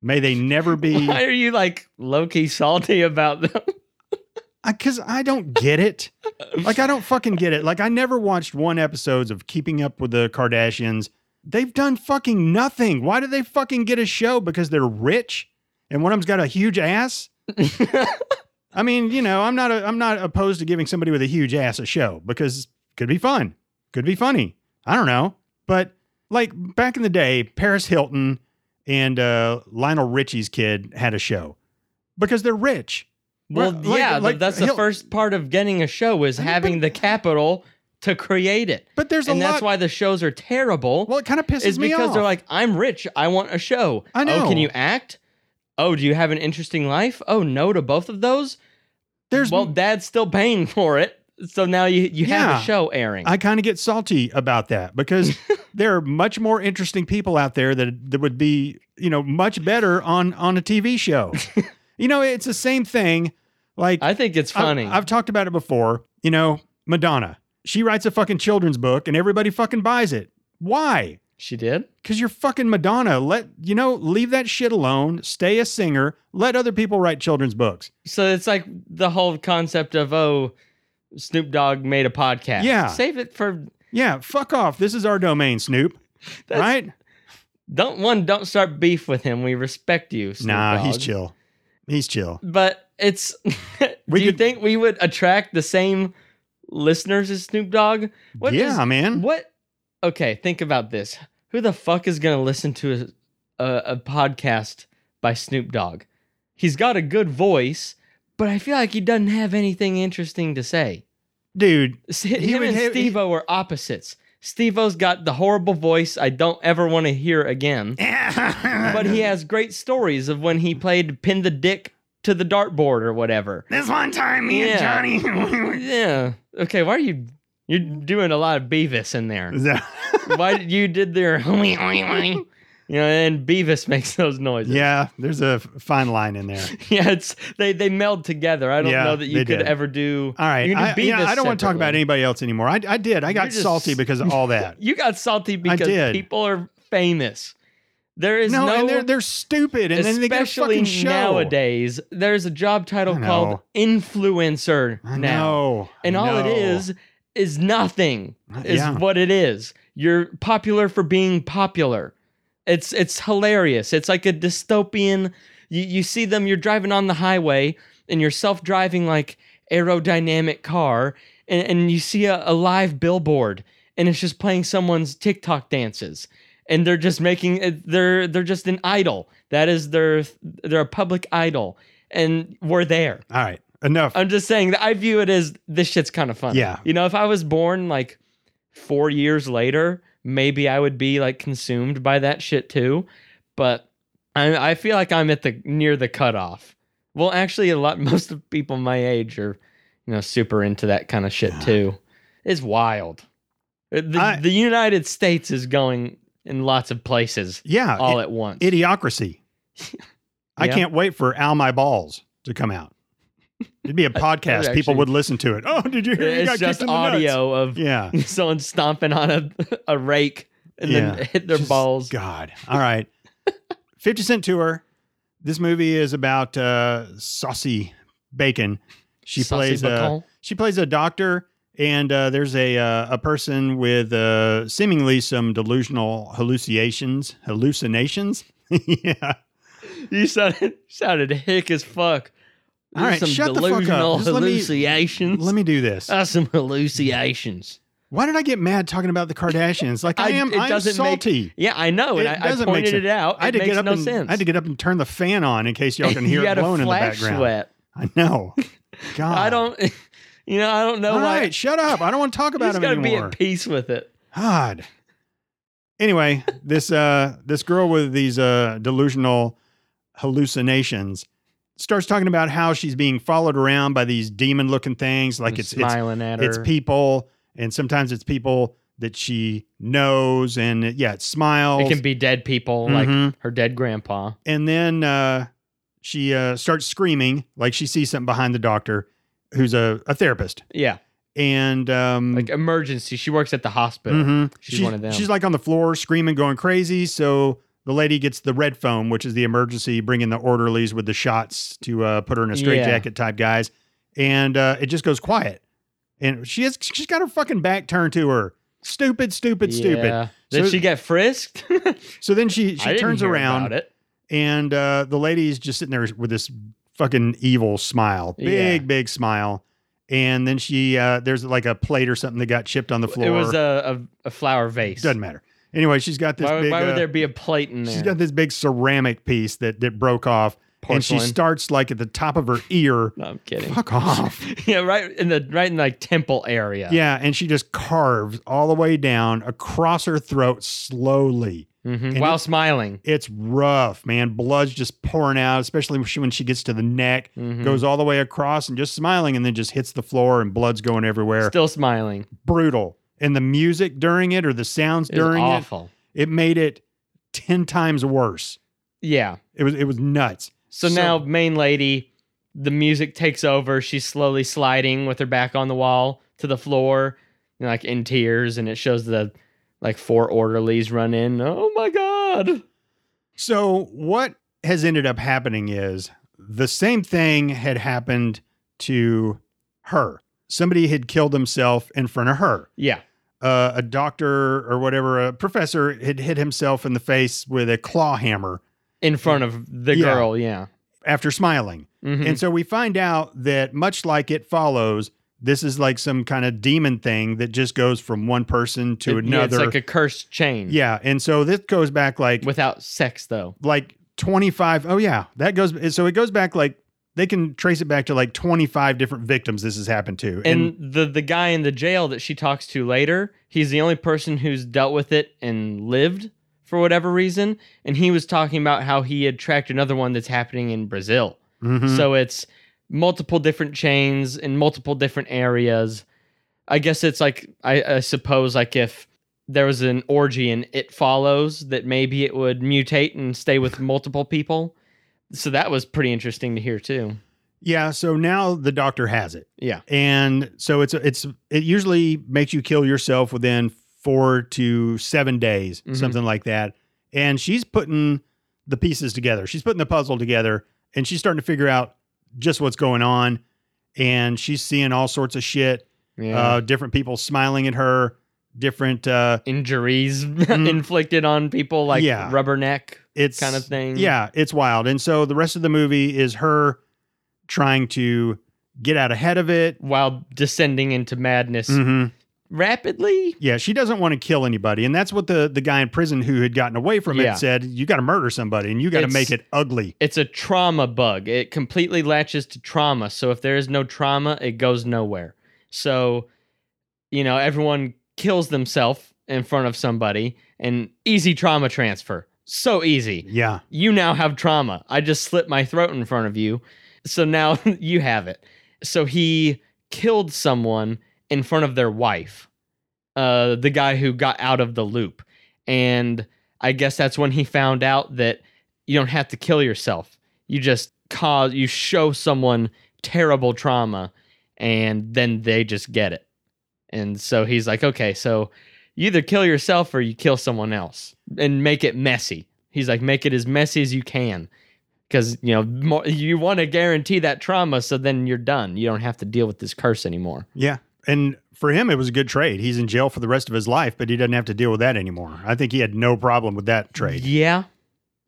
A: May they never be
B: Why are you like low key salty about them?
A: because I don't get it. like I don't fucking get it. Like I never watched one episodes of Keeping Up with the Kardashians. They've done fucking nothing. Why do they fucking get a show? Because they're rich and one of them's got a huge ass. I mean, you know, I'm not a, I'm not opposed to giving somebody with a huge ass a show because it could be fun, could be funny. I don't know, but like back in the day, Paris Hilton and uh, Lionel Richie's kid had a show because they're rich.
B: Well,
A: Like-
B: yeah,
A: like
B: that's the
A: Hil-
B: first part of getting a show is having the capital to create it.
A: But there's a
B: and
A: lot.
B: that's why the shows are terrible.
A: well, it kind of pisses
B: is
A: me
B: because
A: off.
B: they're like, I'm rich. I want a show.
A: I know.
B: Oh, can you act? Oh, do you have an interesting life? Oh, no to both of those.
A: there's
B: well, dad's still paying for it. So now you, you have
A: Yeah.
B: a show airing.
A: I kind of get salty about that because there are much more interesting people out there that that would be, you know, much better on on a TV show. you know, it's the same thing. Like
B: I think it's funny.
A: I've, I've talked about it before. You know, Madonna. She writes a fucking children's book and everybody fucking buys it. Why?
B: she did?
A: Because you're fucking Madonna. Let you know, leave that shit alone. Stay a singer. Let other people write children's books.
B: So it's like the whole concept of, oh, Snoop Dogg made a podcast.
A: Yeah.
B: Save it for.
A: Yeah, fuck off. This is our domain, Snoop.
B: That's-
A: right?
B: Don't one, don't start beef with him. We respect you. Snoop
A: Nah, he's
B: Dogg.
A: chill. He's chill.
B: But it's.
A: We
B: do you
A: could-
B: think we would attract the same listeners as Snoop Dogg? What is-
A: yeah, man.
B: What? Okay, think about this. Who the fuck is gonna listen to a, a, a podcast by Snoop Dogg? He's got a good voice, but I feel like he doesn't have anything interesting to say.
A: Dude,
B: S- Him
A: He would
B: and
A: have- he-
B: Steve O are opposites. Steve O's got the horrible voice I don't ever want to hear again, but he has great stories of when he played Pin the Dick to the dartboard or whatever.
A: this one time me
B: and
A: and Johnny
B: Yeah. Okay, why are you. You're doing a lot of Beavis in there. why did you did their you know and beavis makes those noises
A: Yeah, there's a f- fine line in there.
B: yeah it's they they meld together i don't
A: Yeah,
B: know that you
A: they
B: could
A: did.
B: ever do
A: All right.
B: you can do
A: I, you know,
B: Beavis
A: I don't want to talk about
B: separately.
A: anybody else anymore. I, I did. I got
B: You're just-
A: salty because of all that.
B: you got salty because
A: did.
B: people are famous there is
A: no,
B: no,
A: and they're they're stupid, and then they get a
B: especially
A: fucking show.
B: nowadays there's a job title
A: I
B: called
A: know.
B: influencer
A: I
B: now
A: know.
B: and all it
A: No.
B: is is nothing
A: Uh,
B: is
A: yeah.
B: what it is you're popular for being popular it's it's hilarious it's like a dystopian you, you see them you're driving on the highway and you're self-driving like aerodynamic car and, and you see a, a live billboard and it's just playing someone's tiktok dances and they're just making it- they're they're just an idol that is their they're a public idol and we're there
A: All right. Enough.
B: I'm just saying that I view it as this shit's kind of funny.
A: Yeah.
B: You know, if I was born like four years later, maybe I would be like consumed by that shit too. But I, I feel like I'm at the near the cutoff. Well, actually, a lot most of people my age are, you know, super into that kind of shit too. It's wild. Uh, The,
A: I-
B: the United States is going in lots of places
A: yeah.
B: all
A: i-
B: at once.
A: idiocracy. I
B: Yeah.
A: can't wait for Al My Balls to come out. It'd be a podcast. People
B: actually-
A: would listen to it. Oh, did you hear you got
B: it's
A: kicked
B: just
A: in the nuts?
B: audio of
A: Yeah.
B: someone stomping on a, a rake and
A: Yeah.
B: then hit their
A: Just-
B: balls.
A: God. All right. 50 Cent Tour. This movie is about uh, Saucy Bacon. She
B: Saucy
A: plays uh,
B: bacon.
A: she plays a doctor and uh, there's a uh, a person with uh, seemingly some delusional hallucinations hallucinations yeah
B: you sounded sounded hick as fuck.
A: All right,
B: some
A: shut the fuck up.
B: delusional
A: Just let me-
B: hallucinations.
A: Let me do this.
B: Ah, some hallucinations.
A: Why did I get mad talking about the Kardashians? Like I, am,
B: it
A: I'm
B: doesn't make-
A: salty.
B: yeah, I know, and
A: It
B: I, I
A: doesn't make
B: pointed
A: sense.
B: it out.
A: I had
B: it
A: to
B: makes
A: get up
B: no
A: and
B: sense.
A: I had to get up and turn the fan on in case y'all can hear
B: you
A: it
B: had a
A: blowing in the
B: flash
A: background.
B: sweat.
A: I know. God,
B: I don't. You know, I don't know
A: All right,
B: why.
A: shut up. I don't want to talk
B: You
A: about
B: just
A: him
B: gotta be
A: anymore.
B: at peace with it.
A: God. Anyway, this uh this girl with these uh delusional hallucinations starts talking about how she's being followed around by these demon looking things like
B: I'm
A: it's it's
B: smiling at her.
A: it's people and sometimes it's people that she knows and it, yeah, it smiles.
B: It can be dead people,
A: Mhm.
B: like her dead grandpa.
A: and then uh she uh starts screaming like she sees something behind the doctor who's a, a therapist
B: Yeah,
A: and um
B: like emergency. She works at the hospital.
A: Mhm.
B: She's one of them.
A: She's like on the floor screaming, going crazy. So the lady gets the red foam, which is the emergency, bringing the orderlies with the shots to uh, put her in a
B: Yeah.
A: straitjacket type guys, and uh, it just goes quiet. And she has she's got her fucking back turned to her. Stupid, stupid, stupid.
B: Yeah. Did
A: So-
B: she get frisked?
A: So then she
B: I
A: she
B: didn't
A: turns
B: hear
A: around
B: About it.
A: and uh, the lady's just sitting there with this fucking evil smile, big
B: Yeah.
A: big smile. And then she uh, there's like a plate or something that got chipped on the floor.
B: It was a, a, a flower vase.
A: Doesn't matter. Anyway, she's got this.
B: why,
A: big,
B: why
A: uh,
B: would there be a plate in there?
A: She's got this big ceramic piece that that broke off, and she
B: Porcelain.
A: starts like at the top of her ear.
B: no, I'm kidding.
A: Fuck off.
B: yeah, right in the right in like temple area.
A: Yeah, and she just carves all the way down across her throat slowly.
B: Mhm.
A: And
B: While
A: it-
B: smiling.
A: It's rough, man. Blood's just pouring out, especially when she, when she gets to the neck,
B: Mhm.
A: goes all the way across and just smiling, and then just hits the floor and blood's going everywhere.
B: Still smiling.
A: Brutal. And the music during it or the sounds
B: It was
A: during it,
B: awful.
A: it made it ten times worse.
B: Yeah.
A: It was it was nuts.
B: So,
A: So-
B: now main lady, the music takes over. She's slowly sliding with her back on the wall to the floor, and like in tears, and it shows the like four orderlies run in. Oh my god.
A: So what has ended up happening is the same thing had happened to her. Somebody had killed himself in front of her.
B: Yeah.
A: Uh, a doctor or whatever, a professor had hit himself in the face with a claw hammer
B: In front of the
A: Yeah.
B: girl, yeah.
A: after smiling.
B: Mhm.
A: And so we find out that much like it follows, this is like some kind of demon thing that just goes from one person to
B: It- yeah,
A: another.
B: It's like a cursed chain.
A: yeah. And so this goes back like
B: Without sex though.
A: like 25 oh yeah that goes so it goes back like they can trace it back to like 25 different victims this has happened to
B: And the the guy in the jail that she talks to later, he's the only person who's dealt with it and lived for whatever reason. And he was talking about how he had tracked another one that's happening in Brazil.
A: Mhm.
B: So it's multiple different chains in multiple different areas. I guess it's like I, I suppose like if there was an orgy and it follows that maybe it would mutate and stay with multiple people. So that was pretty interesting to hear too.
A: yeah so now the doctor has it
B: Yeah.
A: and so it's it's it usually makes you kill yourself within four to seven days
B: Mhm.
A: something like that and she's putting the pieces together she's putting the puzzle together and she's starting to figure out just what's going on and she's seeing all sorts of shit
B: Yeah.
A: uh, different people smiling at her different uh,
B: injuries inflicted on people like
A: mm. Yeah.
B: rubberneck
A: it's
B: kind of thing.
A: Yeah, it's wild. And so the rest of the movie is her trying to get out ahead of it.
B: While descending into madness
A: Mhm.
B: rapidly.
A: Yeah, she doesn't want to kill anybody, and that's what the the guy in prison who had gotten away from
B: Yeah.
A: it said. You got to murder somebody, and you got to
B: It's-
A: make it ugly.
B: It's a trauma bug. It completely latches to trauma. So if there is no trauma, it goes nowhere. So, you know, everyone kills themselves in front of somebody and easy trauma transfer. So easy.
A: Yeah,
B: You now have trauma. I just slit my throat in front of you. So now you have it. So he killed someone in front of their wife, uh, the guy who got out of the loop. And I guess that's when he found out that you don't have to kill yourself. You just cause, you show someone terrible trauma and then they just get it. And so he's like, okay, so you either kill yourself or you kill someone else and make it messy. He's like, make it as messy as you can because you know more, you want to guarantee that trauma so then you're done you don't have to deal with this curse anymore
A: yeah. And for him, it was a good trade. He's in jail for the rest of his life, but he doesn't have to deal with that anymore. I think he had no problem with that trade.
B: yeah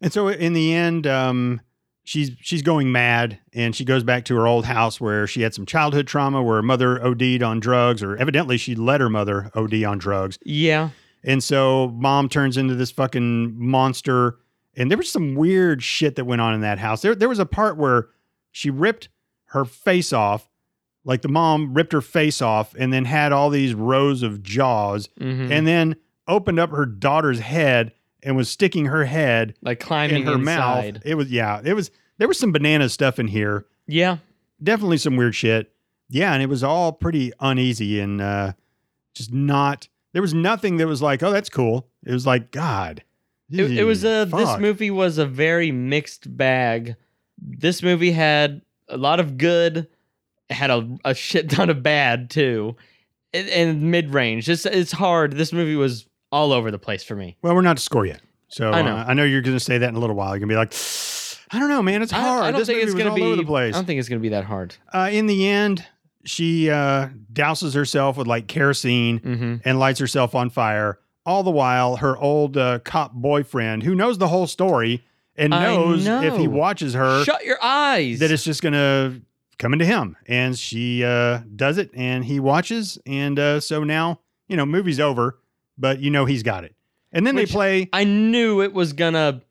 A: And so in the end, um, she's she's going mad and she goes back to her old house where she had some childhood trauma where her mother OD'd on drugs or evidently she let her mother OD on drugs.
B: Yeah.
A: And so mom turns into this fucking monster and there was some weird shit that went on in that house. There there was a part where she ripped her face off like the mom ripped her face off and then had all these rows of jaws
B: Mm-hmm.
A: and then opened up her daughter's head and was sticking her head
B: like climbing
A: in her
B: inside.
A: mouth. It was yeah, it was there was some banana stuff in here.
B: Yeah.
A: Definitely some weird shit. Yeah, and it was all pretty uneasy and uh just not there was nothing that was like, oh, that's cool. It was like, God.
B: It, it was a. This
A: fuck.
B: movie was a very mixed bag. This movie had a lot of good, it had a, a shit ton of bad too, and, and mid range. It's it's hard. This movie was all over the place for me.
A: Well, we're not to score yet. So
B: I
A: I
B: know.
A: know, I know you're gonna say that in a little while. You're gonna be like, I don't know, man. It's
B: I don't-
A: hard.
B: I, don't
A: this
B: think
A: movie
B: it's
A: was
B: gonna
A: all
B: be
A: over the place.
B: I don't think it's gonna be that hard.
A: Uh, in the end, she uh, douses herself with like kerosene
B: Mm-hmm.
A: and lights herself on fire. All the while, her old uh, cop boyfriend, who knows the whole story and
B: I
A: knows
B: know.
A: if he watches her,
B: Shut your eyes.
A: that it's just going to come into him. And she uh, does it, and he watches. And uh, so now, you know, movie's over, but you know he's got it. And then
B: Which-
A: they play.
B: I knew it was gonna,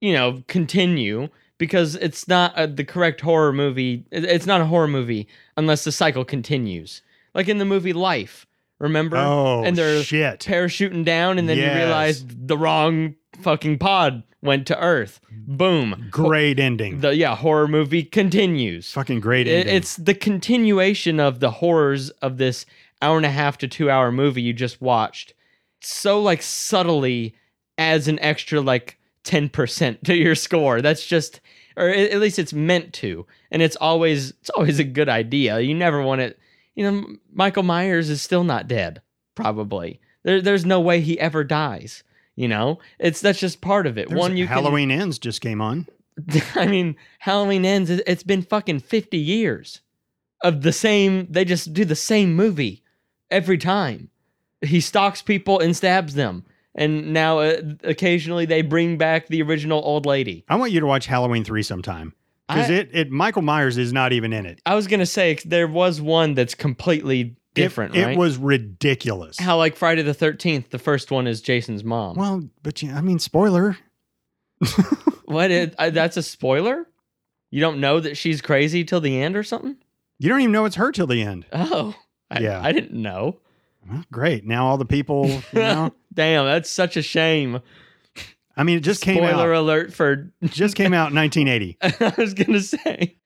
B: you know, continue because it's not uh the correct horror movie. it- It's not a horror movie unless the cycle continues, like in the movie Life. Remember?
A: Oh,
B: and they're
A: shit.
B: parachuting down, and then
A: Yes.
B: you realize the wrong fucking pod went to Earth. Boom.
A: Great ending.
B: The yeah horror movie continues.
A: Fucking great
B: It-
A: ending.
B: it's the continuation of the horrors of this hour and a half to two hour movie you just watched so like subtly adds an extra like 10% to your score that's just or a- at least it's meant to and it's always it's always a good idea you never want it you know M- michael myers is still not dead probably there, there's no way he ever dies you know it's that's just part of it
A: There's-
B: one you can-
A: Halloween Ends just came on.
B: I mean, Halloween ends. it- It's been fucking 50 years of the same. They just do the same movie every time. He stalks people and stabs them. And now uh, occasionally they bring back the original old lady.
A: I want you to watch Halloween 3 sometime. Because
B: I-
A: it, it Michael Myers is not even in it.
B: I was going to say there was one that's completely
A: It-
B: different,
A: It,
B: right?
A: was ridiculous.
B: How, like Friday the 13th, the first one is Jason's mom. What?
A: well, but you, I mean, spoiler.
B: is- uh, that's a spoiler? You don't know that she's crazy till the end or something?
A: You don't even know it's her till the end.
B: Oh, I,
A: Yeah.
B: I didn't know.
A: Well, great. Now all the people, you know.
B: Damn, that's such a shame.
A: I mean, it just came
B: Spoiler
A: out.
B: alert for
A: Just came out in 1980.
B: I was gonna say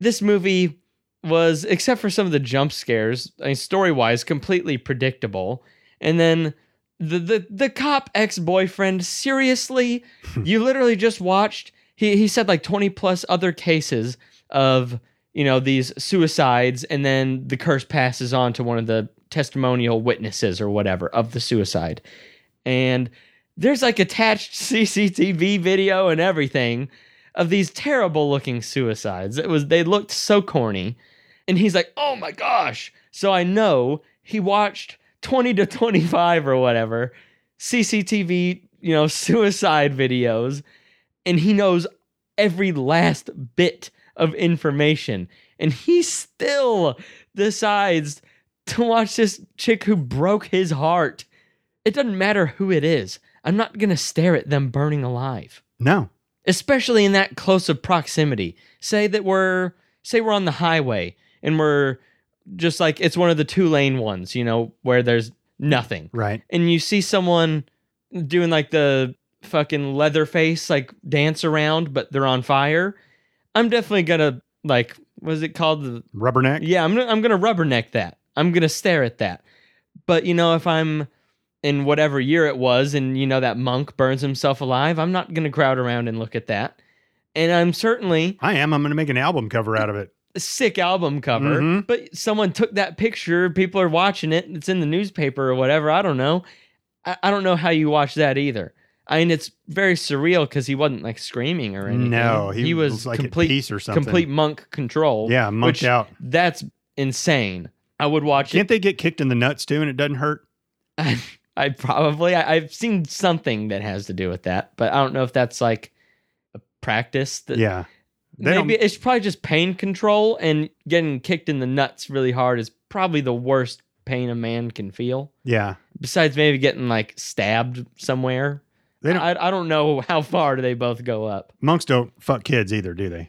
B: this movie was, except for some of the jump scares, I mean, story wise, completely predictable. And then the the the cop ex boyfriend. Seriously, you literally just watched. He he said like twenty plus other cases of you know these suicides, and then the curse passes on to one of the testimonial witnesses or whatever of the suicide, and. There's like attached CCTV video and everything of these terrible looking suicides. It was they looked so corny. And he's like, "Oh my gosh." So I know he watched 20 to 25 or whatever CCTV, you know, suicide videos and he knows every last bit of information and he still decides to watch this chick who broke his heart. It doesn't matter who it is. I'm not going to stare at them burning alive
A: No.
B: especially in that close of proximity. Say that we're say we're on the highway and we're just like it's one of the two lane ones, you know, where there's nothing.
A: Right.
B: And you see someone doing like the fucking leather face like dance around but they're on fire. I'm definitely going to like what is it called the
A: Rubberneck.
B: yeah, I'm gonna, I'm gonna rubberneck that. I'm gonna stare at that. But you know, if I'm in whatever year it was, and you know that monk burns himself alive, I'm not gonna crowd around and look at that. And I'm certainly
A: I am. I'm going to make an album cover out of it.
B: a sick album cover,
A: Mhm.
B: but someone took that picture. People are watching it. It's in the newspaper or whatever. I don't know. I, I don't know how you watch that either. I mean, it's very surreal because he wasn't like screaming or anything.
A: No, he,
B: was
A: like at
B: complete
A: peace or something.
B: complete monk control.
A: Yeah, munched
B: which-
A: out.
B: That's insane. I would watch it.
A: Can't they get kicked in the nuts too, and it doesn't hurt?
B: I, I probably I, I've seen something that has to do with that, but I don't know if that's like a practice. That,
A: yeah. They don't-
B: Maybe it's probably just pain control and getting kicked in the nuts really hard is probably the worst pain a man can feel.
A: yeah,
B: Besides maybe getting like stabbed somewhere.
A: They don't-
B: I, I don't know how far do they both go up.
A: monks don't fuck kids either, do they?
B: They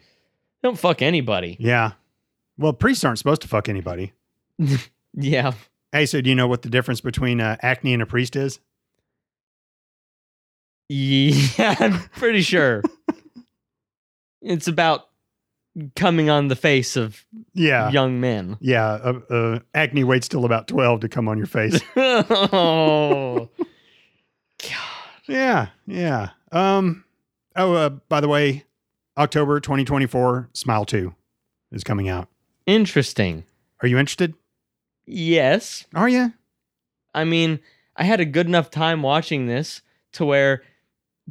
B: don't fuck anybody.
A: Yeah. Well, priests aren't supposed to fuck anybody.
B: Yeah.
A: Hey, so do you know what the difference between uh, acne and a priest is?
B: Yeah, I'm pretty sure. it's about coming on the face of
A: Yeah.
B: young men.
A: Yeah. Uh, uh, acne waits till about 12 to come on your face.
B: oh.
A: yeah. Yeah. Um, oh, uh, by the way, October 2024, Smile 2 is coming out.
B: Interesting.
A: Are you interested?
B: Yes.
A: Are you?
B: I mean, I had a good enough time watching this to where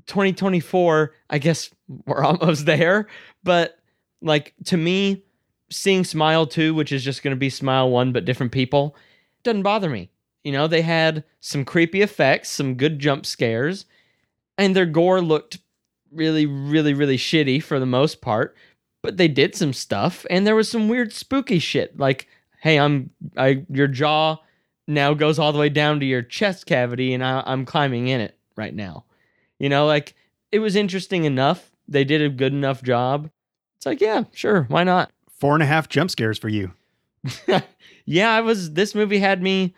B: 2024, I guess we're almost there. But like to me, seeing Smile 2, which is just going to be Smile 1, but different people, doesn't bother me. You know, they had some creepy effects, some good jump scares, and their gore looked really, really, really shitty for the most part. But they did some stuff, and there was some weird spooky shit. Like, hey, I'm I your jaw now goes all the way down to your chest cavity and I, I'm climbing in it right now. You know, like it was interesting enough. They did a good enough job. It's like, yeah, sure, why not?
A: Four and a half jump scares for you.
B: Yeah, I was this movie had me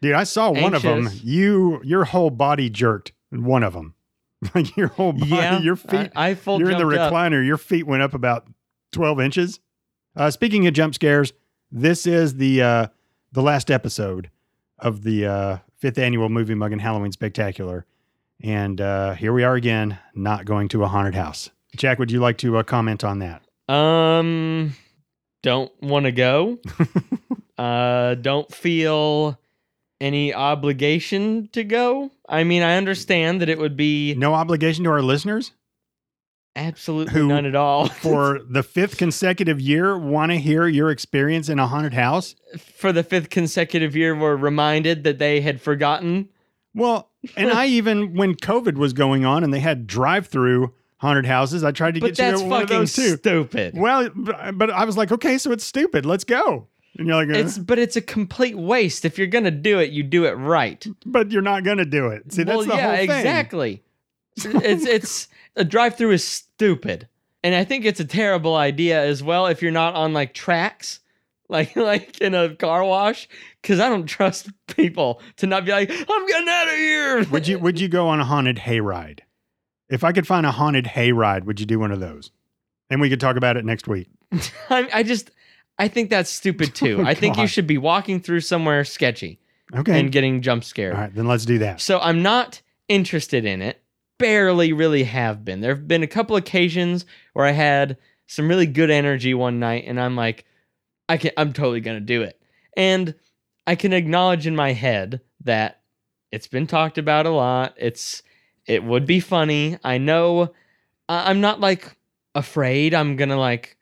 A: Dude, I saw one of them.
B: Anxious.
A: You, your whole body jerked. in One of them. Like your whole body,
B: yeah,
A: your feet
B: I, I full
A: you're in the
B: jumped up.
A: recliner. Your feet went up about 12 inches. Uh, speaking of jump scares, this is the uh, the last episode of the uh, fifth annual Movie Mug and Halloween Spectacular, and uh, here we are again, not going to a haunted house. Jack, would you like to uh, comment on that?
B: Um, don't want to go. uh, don't feel any obligation to go. I mean, I understand that it would be
A: No obligation to our listeners
B: absolutely
A: Who-
B: none at all.
A: for the fifth consecutive year. Want to hear your experience in a haunted house?
B: for the fifth consecutive year were reminded that they had forgotten.
A: Well, and I even when COVID was going on and they had drive-through haunted houses, I tried to
B: But
A: get you
B: that's
A: to one of
B: fucking
A: those too.
B: stupid.
A: Well, but but I was like, okay, so it's stupid. Let's go. And you're like, eh,
B: It's but it's a complete waste. If you're gonna do it, you do it right.
A: but you're not gonna do it. See,
B: well,
A: that's the
B: yeah,
A: whole thing.
B: exactly. it's it's a drive-through is stupid, and I think it's a terrible idea as well if you're not on like tracks, like like in a car wash, because I don't trust people to not be like, I'm getting out of here.
A: Would you would you go on a haunted hayride? If I could find a haunted hayride, would you do one of those? And we could talk about it next week.
B: I, I just I think that's stupid too.
A: Oh,
B: I think you
A: God.
B: should be walking through somewhere sketchy.
A: Okay.
B: and getting jump
A: All
B: scared.
A: right, then let's do that.
B: So I'm not interested in it. Barely really have been. There have been a couple occasions where I had some really good energy one night and I'm like, I can I'm totally gonna do it. And I can acknowledge in my head that it's been talked about a lot. It's it would be funny. I know I- I'm not like afraid I'm gonna like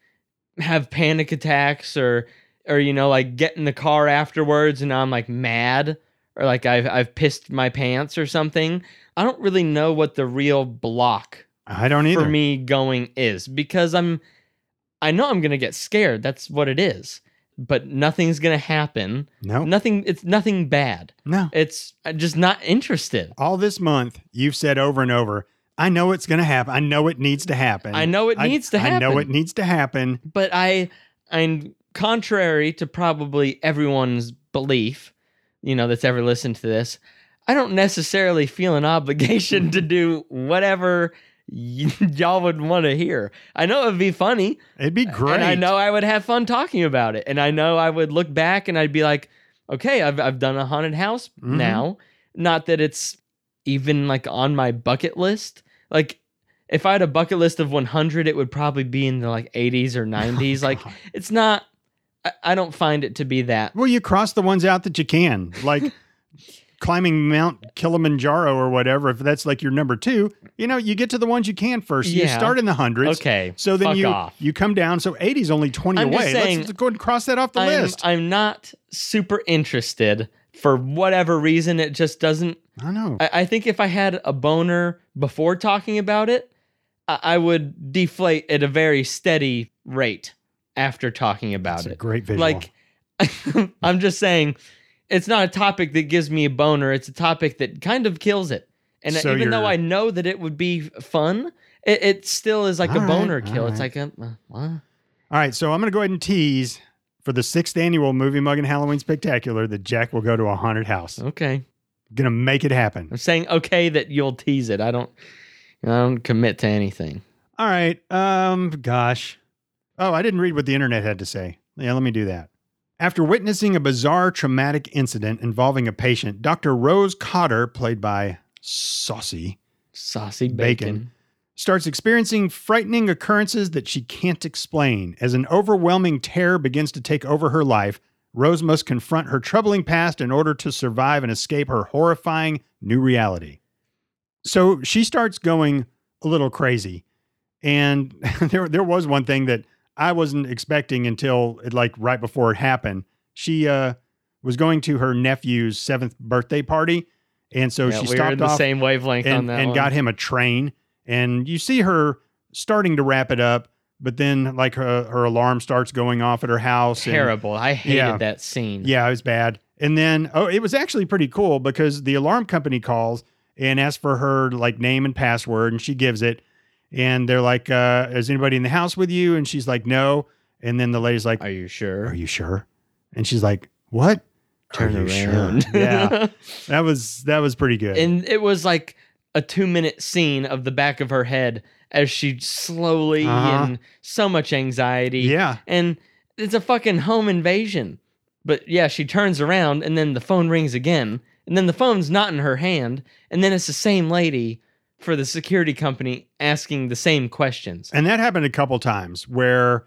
B: have panic attacks or or you know like get in the car afterwards and I'm like mad or like I've I've pissed my pants or something. I don't really know what the real block
A: I don't either.
B: for me going is because I'm I know I'm gonna get scared. That's what it is. But nothing's gonna happen.
A: no, no,
B: Nothing. It's nothing bad. It's I'm just not interested.
A: All this month, you've said over and over, I know it's gonna happen. I know it needs to happen.
B: I know it needs to happen.
A: I know it needs to happen.
B: but I I'm contrary to probably everyone's belief, you know, that's ever listened to this. I don't necessarily feel an obligation to do whatever y- y'all would want to hear. I know it'd be funny,
A: It'd be great.
B: and I know I would have fun talking about it, and I know I would look back and I'd be like, okay, I've I've done a haunted house
A: Mhm.
B: now. Not that it's even like on my bucket list. Like if I had a bucket list of 100, it would probably be in the like 80s or 90s. like
A: Oh God.
B: it's not. I, I don't find it to be that.
A: Well, you cross the ones out that you can, like climbing Mount Kilimanjaro or whatever. If that's like your number two, you know, you get to the ones you can first. You
B: Yeah.
A: start in the hundreds.
B: Okay.
A: So then
B: fuck
A: you
B: off.
A: you come down. So 80 is only 20
B: I'm just
A: away.
B: saying,
A: let's, let's go ahead and cross that off the
B: I'm,
A: list.
B: I'm not super interested for whatever reason. It just doesn't
A: I know.
B: I, I think if I had a boner before talking about it, I I would deflate at a very steady rate after talking about
A: It's a
B: it.
A: great visual.
B: Like, I'm just saying, it's not a topic that gives me a boner. It's a topic that kind of kills it. And
A: So
B: even though
A: you're-
B: I know that it would be fun, it, it still is like
A: All
B: a
A: right,
B: boner
A: all
B: kill. It's
A: right.
B: like a uh, what?
A: All right, so I'm going to go ahead and tease for the sixth annual Movie Mug and Halloween Spectacular that Jack will go to a haunted house.
B: okay.
A: Going to make it happen.
B: I'm saying okay that you'll tease it. I don't. I don't commit to anything.
A: All right. Um, gosh. Oh, I didn't read what the internet had to say. Yeah, let me do that. After witnessing a bizarre traumatic incident involving a patient, Dr. Rose Cotter, played by Saucy,
B: Saucy
A: Bacon.
B: bacon.
A: starts experiencing frightening occurrences that she can't explain. As an overwhelming terror begins to take over her life, Rose must confront her troubling past in order to survive and escape her horrifying new reality. So she starts going a little crazy. And there there was one thing that I wasn't expecting until it, like right before it happened. She uh was going to her nephew's 7th birthday party and so
B: Yeah,
A: she
B: we
A: stopped
B: were in the
A: off
B: same wavelength on
A: and,
B: that
A: and
B: one.
A: got him a train. And you see her starting to wrap it up, but then like her, her alarm starts going off at her house. and-
B: terrible. I hated
A: Yeah.
B: that scene.
A: yeah, it was bad. And then oh, it was actually pretty cool because the alarm company calls and asks for her like name and password, and she gives it. And they're like, uh, "Is anybody in the house with you?" And she's like, "No." And then the lady's like,
B: Are you
A: "Are
B: sure?
A: you sure?" And she's like, "What?"
B: Turn
A: Are you sure?
B: around.
A: yeah, that was that was pretty good.
B: and it was like a two minute scene of the back of her head as she slowly
A: Uh-huh.
B: and so much anxiety.
A: yeah,
B: And it's a fucking home invasion. But yeah, she turns around and then the phone rings again. And then the phone's not in her hand. And then it's the same lady for the security company asking the same questions.
A: And that happened a couple times where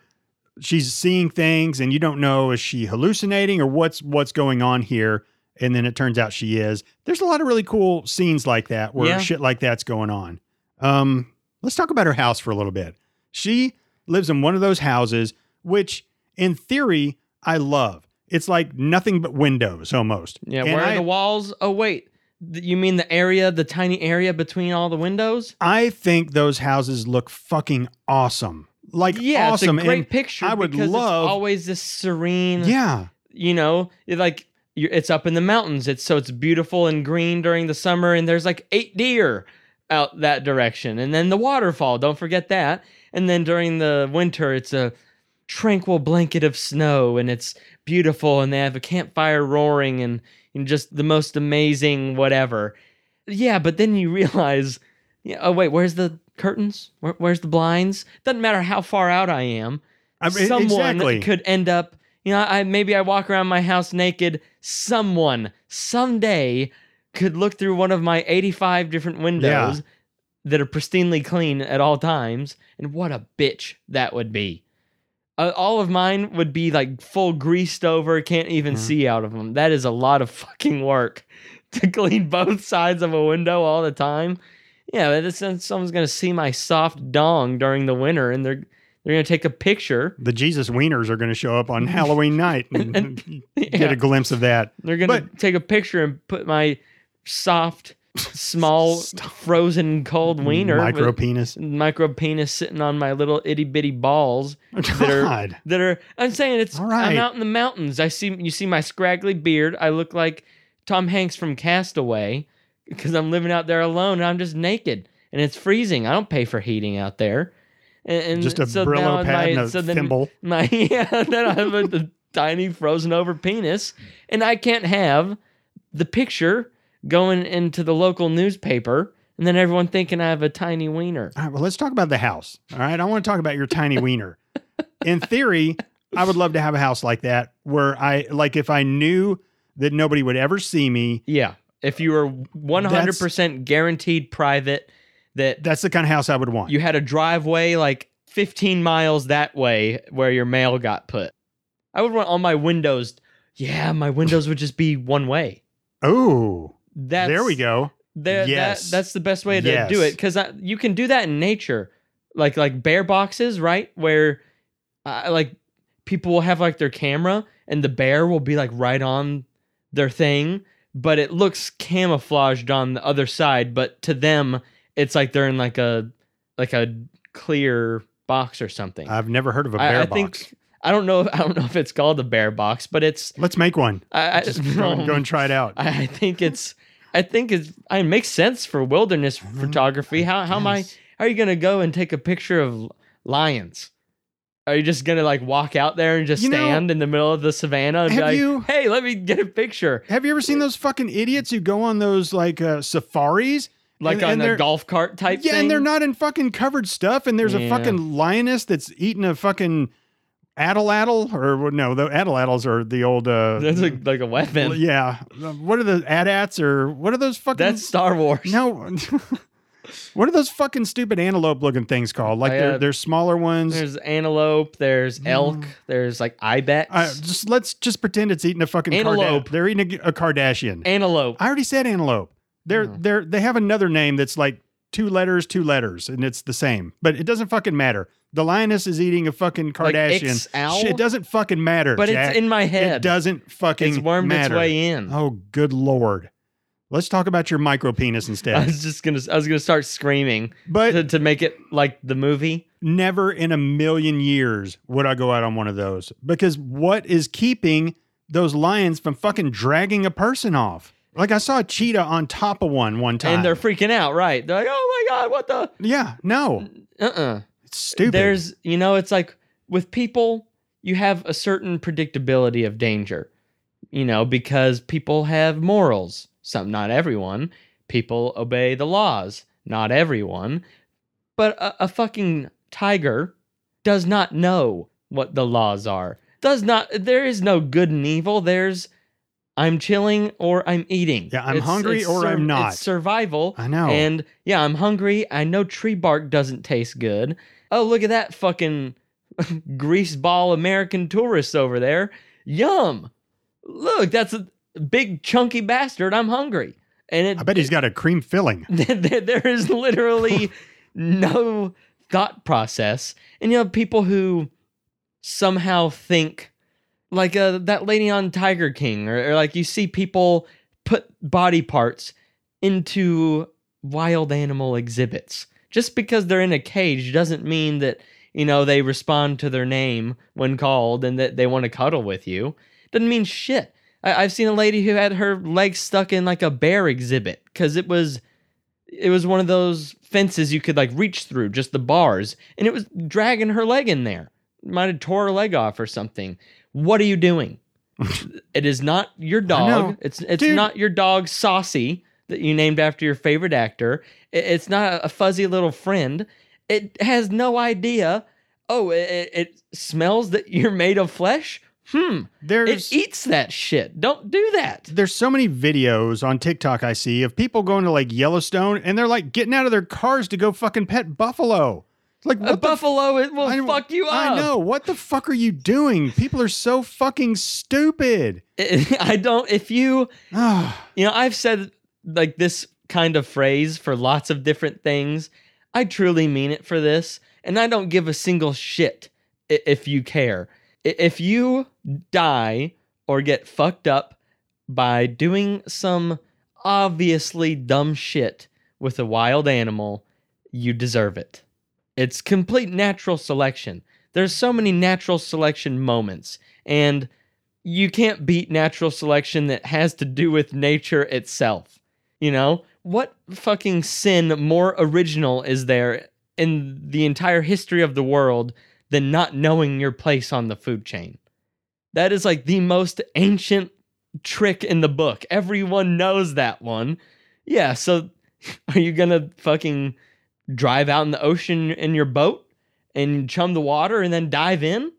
A: she's seeing things and you don't know is she hallucinating or what's what's going on here and then it turns out she is. There's a lot of really cool scenes like that where
B: Yeah.
A: shit like that's going on. Um let's talk about her house for a little bit. She lives in one of those houses which in theory I love. It's like nothing but windows almost.
B: Yeah,
A: and
B: where are
A: I,
B: the walls? Oh, wait. Th- You mean the area, the tiny area between all the windows?
A: I think those houses look fucking awesome. Like
B: Yeah,
A: awesome
B: it's a great
A: and
B: picture.
A: I would
B: because
A: love-
B: it's always this serene.
A: yeah.
B: you know, it, like you're, it's up in the mountains. It's so it's beautiful and green during the summer, and there's like eight deer out that direction, and then the waterfall. Don't forget that. And then during the winter, it's a tranquil blanket of snow, and it's beautiful, and they have a campfire roaring, and, and just the most amazing whatever. Yeah, but then you realize, yeah, oh wait, where's the curtains? Where, where's the blinds? Doesn't matter how far out I am
A: I mean,
B: someone
A: e, exactly.
B: could end up you know i maybe i walk around my house naked someone someday could look through one of my 85 different windows that are pristinely clean at all times and what a bitch that would be uh, all of mine would be like full greased over can't even
A: Mhm.
B: see out of them that is a lot of fucking work to clean both sides of a window all the time yeah that's, someone's gonna see my soft dong during the winter and they're they're gonna take a picture
A: the Jesus wieners are going to show up on Halloween night and,
B: Yeah.
A: get a glimpse of that.
B: They're gonna
A: But-
B: take a picture and put my soft, small, frozen cold wiener, with
A: micro penis.
B: micro penis sitting on my little itty bitty balls are-
A: God,
B: that are. I'm saying it's.
A: All right.
B: I'm out in the mountains. I see you see my scraggly beard. I look like Tom Hanks from Castaway because I'm living out there alone and I'm just naked and it's freezing. I don't pay for heating out there. And, and
A: just a
B: so now
A: Brillo
B: in
A: pad
B: my-
A: and a
B: so then
A: thimble.
B: my yeah, then I have a, the tiny frozen over penis, and I can't have the picture going into the local newspaper, and then everyone thinking I have a tiny wiener.
A: All right, well, let's talk about the house. All right, I want to talk about your tiny wiener. In theory, I would love to have a house like that where I like if I knew that nobody would ever see me.
B: Yeah, if you were one hundred percent guaranteed private, that
A: That's the kind of house I would want.
B: you had a driveway like fifteen miles that way where your mail got put. I would want all my windows. Yeah, my windows would just be one way.
A: oh,
B: That's,
A: there we go.
B: There,
A: Yes.
B: that, that's the best way to do
A: Yes.
B: it because you can do that in nature, like like bear boxes, right? Where, uh, like, people will have like their camera and the bear will be like right on their thing, but it looks camouflaged on the other side. But to them, it's like they're in like a like a clear box or something.
A: I've never heard of a
B: I-
A: bear
B: I
A: box.
B: think I don't know. I don't know if it's called a bear box, but it's.
A: Let's make one.
B: I, I,
A: Just go, and- go and try it out.
B: I I think it's. I think it's. I it makes sense for wilderness
A: don't know,
B: photography.
A: I
B: How how am I?
A: guess.
B: How are you gonna go and take a picture of l- lions? Are you just gonna like walk out there and just
A: You know,
B: stand in the middle of the savannah and be
A: have
B: like,
A: you-
B: "Hey, let me get a picture,"
A: Have you ever seen those fucking idiots who go on those like uh, safaris?
B: like
A: And-
B: on
A: and
B: a
A: they're-
B: golf cart type
A: Yeah,
B: thing?
A: and they're not in fucking covered stuff. And there's a
B: Yeah.
A: fucking lioness that's eating a fucking addle addle or no, the addle addles are the old. Uh,
B: That's like, like a
A: l-
B: weapon.
A: yeah, what are the adats or what are those fucking?
B: That's Star Wars.
A: no. what are those fucking stupid antelope looking things called? Like
B: I,
A: they're
B: uh,
A: they're smaller ones.
B: There's antelope. There's elk. There's like ibex.
A: I, just let's just pretend it's eating a fucking
B: Antelope.
A: Karda- they're eating a, a Kardashian.
B: antelope.
A: I already said antelope. They're
B: Oh.
A: they're they have another name that's like two letters, two letters, and it's the same. But it doesn't fucking matter. The lioness is eating a fucking
B: Like
A: Kardashian.
B: X-Owl?
A: Shit, it doesn't fucking matter.
B: but
A: Jack.
B: it's in my
A: It
B: head.
A: doesn't fucking
B: It's wormed
A: matter.
B: its way in.
A: Oh, good lord. Let's talk about your micro penis
B: I
A: instead.
B: was just gonna. I was gonna start screaming to,
A: But
B: to make it like the movie.
A: never in a million years would I go out on one of those because what is keeping those lions from fucking dragging a person off? Like I saw a cheetah on top of one one time.
B: And they're freaking out, right? They're like, "Oh my god, what the?
A: yeah, no,
B: Uh uh
A: it's stupid.
B: There's, you know, it's like with people, you have a certain predictability of danger, you know, because people have morals. Some, not everyone. People obey the laws. Not everyone. But a, a fucking tiger does not know what the laws are. Does not. There is no good and evil. There's, I'm chilling or I'm eating.
A: Yeah, I'm hungry or I'm
B: it's
A: not.
B: survival.
A: I know.
B: And yeah, I'm hungry. I know tree bark doesn't taste good. Oh, look at that fucking greaseball American tourist over there. Yum. Look, that's a big chunky bastard. I'm hungry. And
A: I
B: it
A: bet he's got a cream filling.
B: there, there is literally no thought process. And you know, people who somehow think like uh, that lady on Tiger King, or, or like you see people put body parts into wild animal exhibits. Just because they're in a cage doesn't mean that, you know, they respond to their name when called and that they want to cuddle with you. Doesn't mean shit. I, I've seen a lady who had her legs stuck in like a bear exhibit because it was it was one of those fences you could like reach through just the bars and it was dragging her leg in there might have tore her leg off or something what are you doing it is not your
A: know.
B: dog it's it's
A: Dude.
B: not your dog saucy that you named after your favorite actor It- it's not a fuzzy little friend it has no idea oh it, it, it smells that you're made of flesh hmm
A: There's
B: it eats that shit don't do that
A: there's so many videos on TikTok I see of people going to like Yellowstone and they're like getting out of their cars to go fucking pet buffalo. Like what
B: a
A: the fuck?
B: buffalo it will
A: I-
B: fuck you up
A: I know. What the fuck are you doing? People are so fucking stupid.
B: I don't. If you,
A: Ah,
B: you know, I've said like this kind of phrase for lots of different things. I truly mean it for this, and I don't give a single shit i- if you care. I- If you die or get fucked up by doing some obviously dumb shit with a wild animal, you deserve it. It's complete natural selection. There's so many natural selection moments, and you can't beat natural selection that has to do with nature itself. You know, what fucking sin more original is there in the entire history of the world than not knowing your place on the food chain? That is like the most ancient trick in the book. Everyone knows that one. Yeah, so are you gonna fucking drive out in the ocean in your boat and chum the water and then dive in?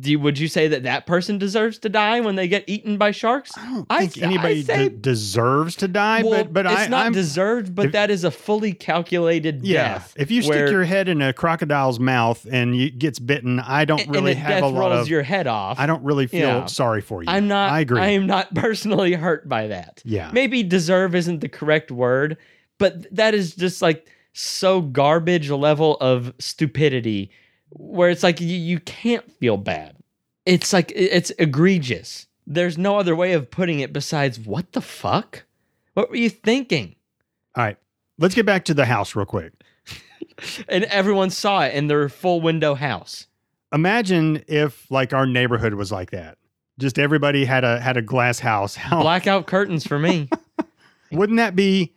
B: Do you, would you say that that person deserves to die when they get eaten by sharks?
A: I don't
B: I
A: think
B: th- I
A: anybody
B: say-
A: de- deserves to die,
B: well,
A: but but
B: it's
A: I,
B: not
A: I'm
B: deserved, but
A: if-
B: that is a fully calculated
A: yeah.
B: death.
A: if you stick
B: where-
A: your head in a crocodile's mouth and you gets bitten, I don't
B: and
A: really
B: if
A: have
B: death
A: a lot
B: rolls
A: of.
B: your head off.
A: I don't really feel
B: Yeah.
A: sorry for you.
B: I'm not.
A: I agree.
B: I am not personally hurt by that.
A: yeah.
B: Maybe deserve isn't the correct word, but that is just like so garbage level of stupidity where it's like you, you can't feel bad. It's like i- it's egregious. There's no other way of putting it besides what the fuck? What were you thinking?
A: All right. Let's get back to the house real quick.
B: and everyone saw it in their full window house.
A: Imagine if like our neighborhood was like that. Just everybody had a had a glass house. How
B: Blackout curtains for me.
A: wouldn't that be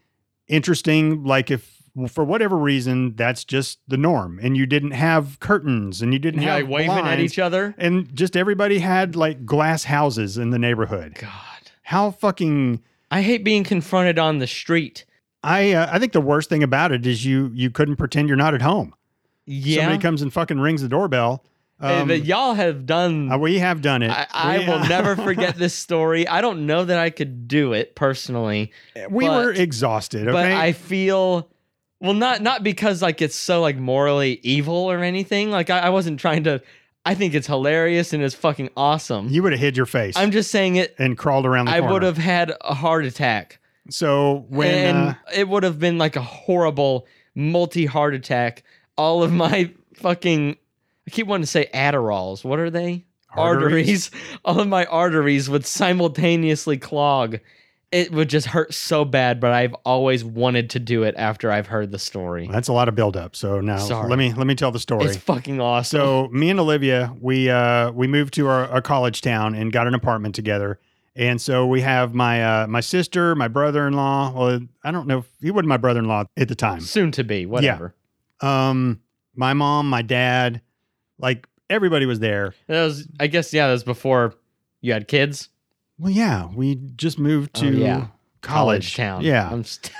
A: interesting? Like if for whatever reason that's just the norm, and you didn't have curtains, and you didn't
B: Yeah,
A: have
B: like waving at
A: blinds,
B: each other.
A: and just everybody had like glass houses in the neighborhood.
B: God,
A: How fucking
B: I hate being confronted on the street.
A: I uh, I think the worst thing about it is you you couldn't pretend you're not at home.
B: Yeah,
A: Somebody comes and fucking rings the doorbell.
B: Uh,
A: Um,
B: but y'all have done.
A: uh, we have done it.
B: I, I
A: We-
B: will never forget this story. I don't know that I could do it personally,
A: we
B: but-
A: were exhausted. Okay.
B: but I feel well not not because like it's so like morally evil or anything. Like I, I wasn't trying to. I think it's hilarious and it's fucking awesome.
A: you would have hid your face
B: I'm just saying it.
A: and crawled around the
B: I
A: corner.
B: would have had a heart attack,
A: So when
B: and
A: uh,
B: it would have been like a horrible multi heart attack. All of my fucking. I keep wanting to say Adderalls. What are they? arteries. all of my arteries would simultaneously clog. It would just hurt so bad, but I've always wanted to do it after I've heard the story.
A: That's a lot of buildup. So now
B: Sorry.
A: let me let me tell the story.
B: It's fucking awesome.
A: so me and Olivia, we uh, we moved to our, our college town and got an apartment together. And so we have my uh, my sister, my brother in law. Well, I don't know if he wasn't my brother in law at the time.
B: Soon to be, whatever.
A: Um, my mom, my dad, like everybody was there.
B: That was, I guess, yeah, that was before you had kids.
A: Well, yeah, we just moved
B: Oh,
A: to
B: yeah.
A: college.
B: town.
A: Yeah,
B: I'm st-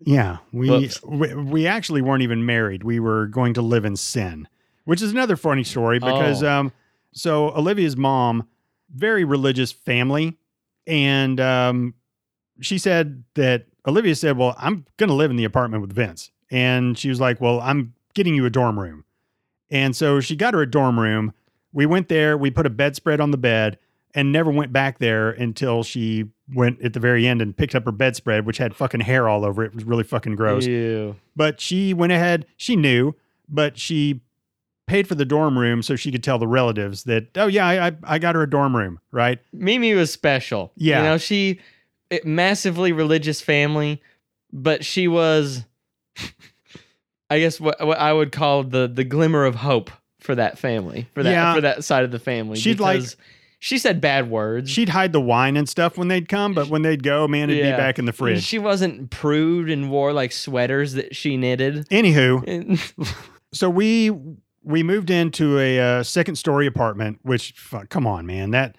A: Yeah, we,
B: Whoops.
A: we we actually weren't even married. We were going to live in sin, which is another funny story because
B: Oh.
A: um, so Olivia's mom, very religious family, and um, she said that Olivia said, "Well, I'm going to live in the apartment with Vince," and she was like, "Well, I'm getting you a dorm room," and so she got her a dorm room. We went there, we put a bedspread on the bed, and never went back there until she went at the very end and picked up her bedspread, which had fucking hair all over it. It was really fucking gross.
B: Ew.
A: But she went ahead, she knew, but she paid for the dorm room so she could tell the relatives that, oh, yeah, I, I, I got her a dorm room, right?
B: Mimi was special.
A: Yeah.
B: You know, she, it, massively religious family, but she was, I guess, what, what I would call the the glimmer of hope for that family, for that
A: Yeah.
B: for that side of the family.
A: She'd like-
B: because she said bad words.
A: She'd hide the wine and stuff when they'd come, but when they'd go, man, it'd
B: Yeah.
A: be back in the fridge.
B: She wasn't prude and wore like sweaters that she knitted.
A: Anywho,
B: And-
A: so we we moved into a uh, second story apartment which fuck, come on man that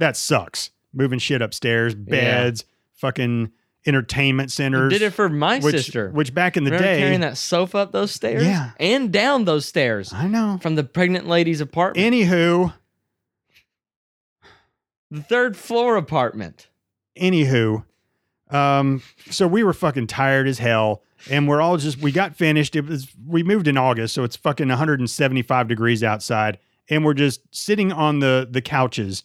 A: that sucks moving shit upstairs beds fucking entertainment centers
B: did it for my
A: which,
B: sister.
A: which back in the
B: Remember
A: day
B: carrying that sofa up those stairs?
A: Yeah.
B: And down those stairs
A: i know
B: from the pregnant lady's apartment.
A: anywho
B: the third floor apartment.
A: anywho um so we were fucking tired as hell and we're all just we got finished it was we moved in august so it's fucking 175 degrees outside and we're just sitting on the the couches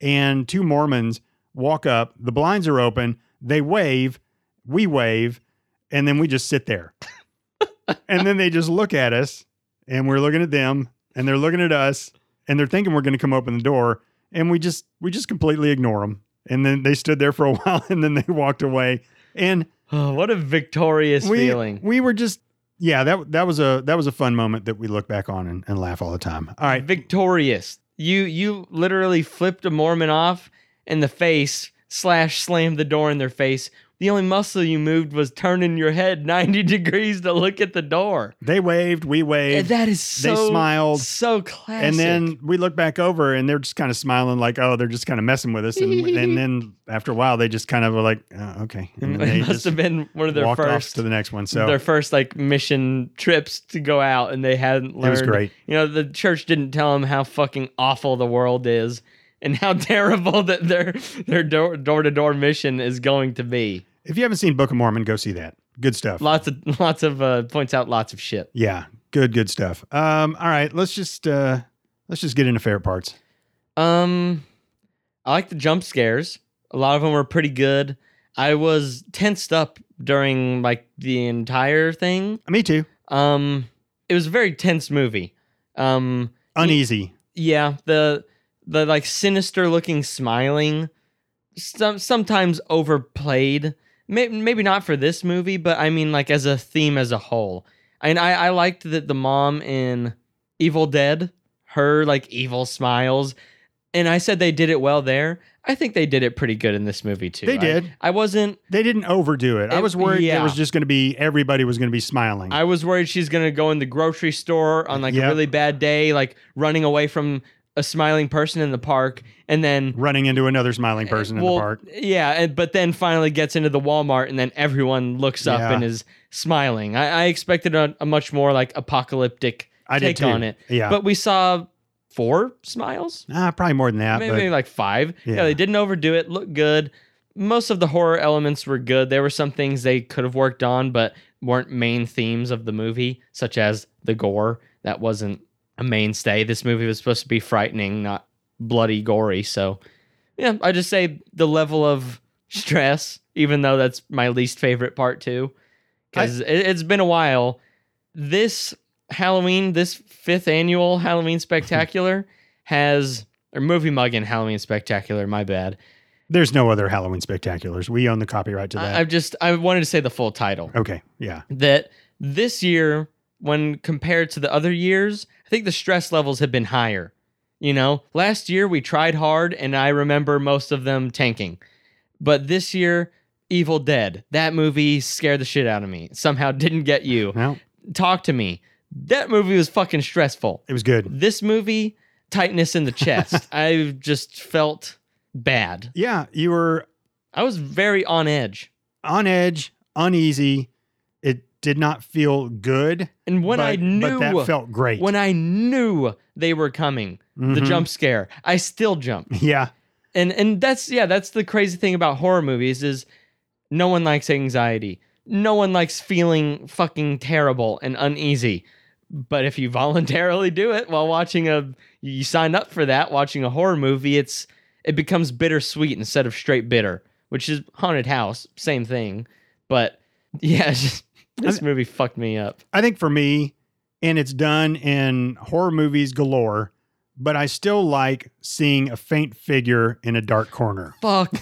A: and two mormons walk up the blinds are open they wave we wave and then we just sit there and then they just look at us and we're looking at them and they're looking at us and they're thinking we're going to come open the door and we just we just completely ignore them and then they stood there for a while and then they walked away and
B: Oh, what a victorious
A: we
B: feeling.
A: we were just yeah that that was a that was a fun moment that we look back on and, and laugh all the time all right
B: Victorious. You you literally flipped a Mormon off in the face, slash slammed the door in their face. The only muscle you moved was turning your head 90 degrees to look at the door.
A: they waved we
B: And
A: waved
B: that is so
A: they smiled
B: so classic.
A: and then we look back over and they're just kind of smiling like oh they're just kind of messing with us and, and then after a while they just kind of were like oh, okay and then they
B: it must
A: just
B: have been one of their
A: walked off
B: first
A: to the next one so
B: their
A: it
B: first like mission trips to go out and they hadn't learned
A: was great
B: You know, the church didn't tell them how fucking awful the world is and how terrible that their their door to door mission is going to be.
A: if you haven't seen book of mormon go see that good stuff
B: Lots of lots of uh, points out lots of shit.
A: yeah good good stuff um all right let's just uh let's just get into favorite parts
B: Um, I like the jump scares. A lot of them were pretty good. I was tensed up during like the entire thing.
A: me too
B: Um, it was a very tense movie. Um,
A: uneasy.
B: Yeah, the the like sinister looking smiling, some sometimes overplayed. Maybe maybe not for this movie, but I mean like as a theme as a whole. And I, I liked that the mom in Evil Dead, her like evil smiles. And I said they did it well there. I think they did it pretty good in this movie too.
A: They
B: I-
A: did.
B: I wasn't
A: They didn't overdo it. I
B: It-
A: was worried
B: yeah.
A: it was just going to be everybody was going to be smiling.
B: I was worried she's gonna go in the grocery store on like
A: Yep.
B: a really bad day, like running away from a smiling person in the park, and then
A: running into another smiling person in
B: Eh, well,
A: the park.
B: Yeah, and, but then finally gets into the Walmart, and then everyone looks up
A: Yeah.
B: and is smiling. I, I expected a, a much more like apocalyptic
A: I did
B: take
A: too.
B: on it,
A: Yeah.
B: but we saw four smiles,
A: Ah, probably more than that.
B: maybe,
A: but
B: like five. Yeah.
A: Yeah.
B: they didn't overdo it. Looked good. Most of the horror elements were good. There were some things they could have worked on, but weren't main themes of the movie, such as the gore. That wasn't a mainstay. This movie was supposed to be frightening, not bloody gory. So, yeah, I just say the level of stress, even though that's my least favorite part too, because it, it's been a while. This Halloween, this fifth annual Halloween Spectacular has or movie mug and Halloween Spectacular. My bad.
A: there's no other Halloween spectaculars. We own the copyright to that.
B: I, I've just I wanted to say the full title.
A: okay. Yeah.
B: That this year, when compared to the other years, I think the stress levels have been higher. You know, last year we tried hard, and I remember most of them tanking. But this year, Evil Dead, that movie scared the shit out of me. Somehow didn't get you.
A: Well,
B: Talk to me. That movie was fucking stressful.
A: it was good.
B: This movie, tightness in the chest. I just felt bad.
A: Yeah. You were
B: I was very on edge.
A: on edge, uneasy. It did not feel good.
B: And when
A: but,
B: I
A: but
B: knew
A: that felt great.
B: when I knew they were coming, the
A: Mhm.
B: jump scare, I still jump.
A: Yeah.
B: And and that's yeah, that's the crazy thing about horror movies is no one likes anxiety. No one likes feeling fucking terrible and uneasy. But if you voluntarily do it while watching a you sign up for that watching a horror movie, it's it becomes bittersweet instead of straight bitter, which is haunted house, same thing. But yeah, it's just, this movie fucked me up.
A: I think for me, and it's done in horror movies galore, but I still like seeing a faint figure in a dark corner.
B: Fuck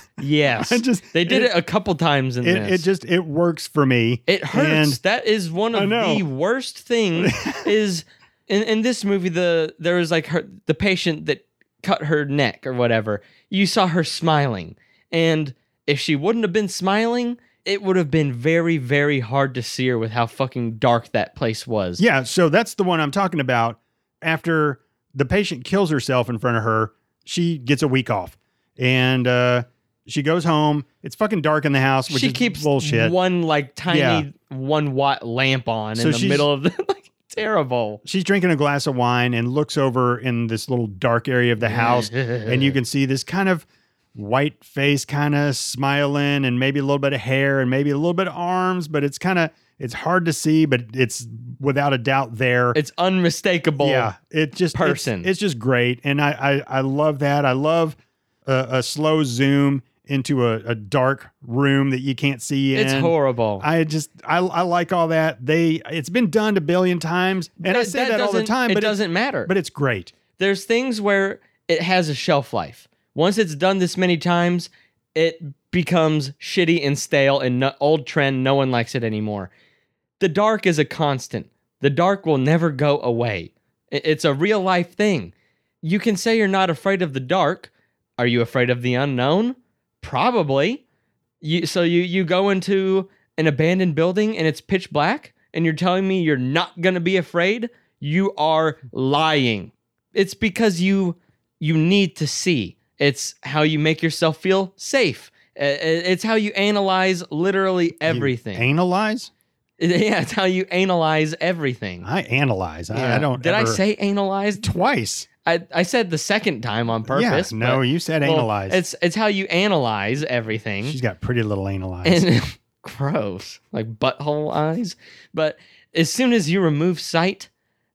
B: yes.
A: I just
B: They did it, a couple times in
A: It, it
B: this. It,
A: just it works for me.
B: hurts.
A: and-
B: that is one
A: I
B: of
A: know.
B: the worst things. is in, in this movie the there was like her the patient that cut her neck or whatever. You saw her smiling, and if she wouldn't have been smiling, it would have been very very hard to see her with how fucking dark that place was.
A: Yeah, so that's the one I'm talking about. After the patient kills herself in front of her, she gets a week off, and uh, she goes home. It's fucking dark in the house, which
B: she
A: is
B: keeps
A: bullshit.
B: one like tiny
A: Yeah.
B: one watt lamp on
A: So
B: in the
A: she's-
B: middle of the like terrible.
A: She's drinking a glass of wine and looks over in this little dark area of the house, and you can see this kind of white face, kind of smiling, and maybe a little bit of hair, and maybe a little bit of arms, but it's kind of it's hard to see, but it's without a doubt there.
B: It's unmistakable.
A: yeah it just it's-
B: person.
A: it's, just great and I, I i love that i love a, a slow zoom into a, a dark room that you can't see in
B: It's horrible.
A: i just I, I like all that they it's been done a billion times and i
B: That-
A: say that, all the
B: doesn't-
A: time
B: It
A: but
B: doesn't matter.
A: but it's great
B: there's things where it has a shelf life. Once it's done this many times, it becomes shitty and stale and no, old trend. No one likes it anymore. The dark is a constant. The dark will never go away. I- It's a real life thing. You can say you're not afraid of the dark. Are you afraid of the unknown? Probably. You, so you you go into an abandoned building and it's pitch black and you're telling me you're not going to be afraid? You are lying it's because you you need to see it's how you make yourself feel safe Uh, it's how you analyze literally everything
A: analyze
B: yeah it's how you analyze everything
A: i analyze I- I,
B: Yeah.
A: don't
B: did i
A: ever-
B: say analyze
A: twice
B: I, I said the second time on purpose
A: yeah, no
B: but-
A: you said
B: well,
A: analyze
B: it's it's how you analyze everything
A: she's got pretty little anal eyes
B: and gross, like butthole eyes. But as soon as you remove sight,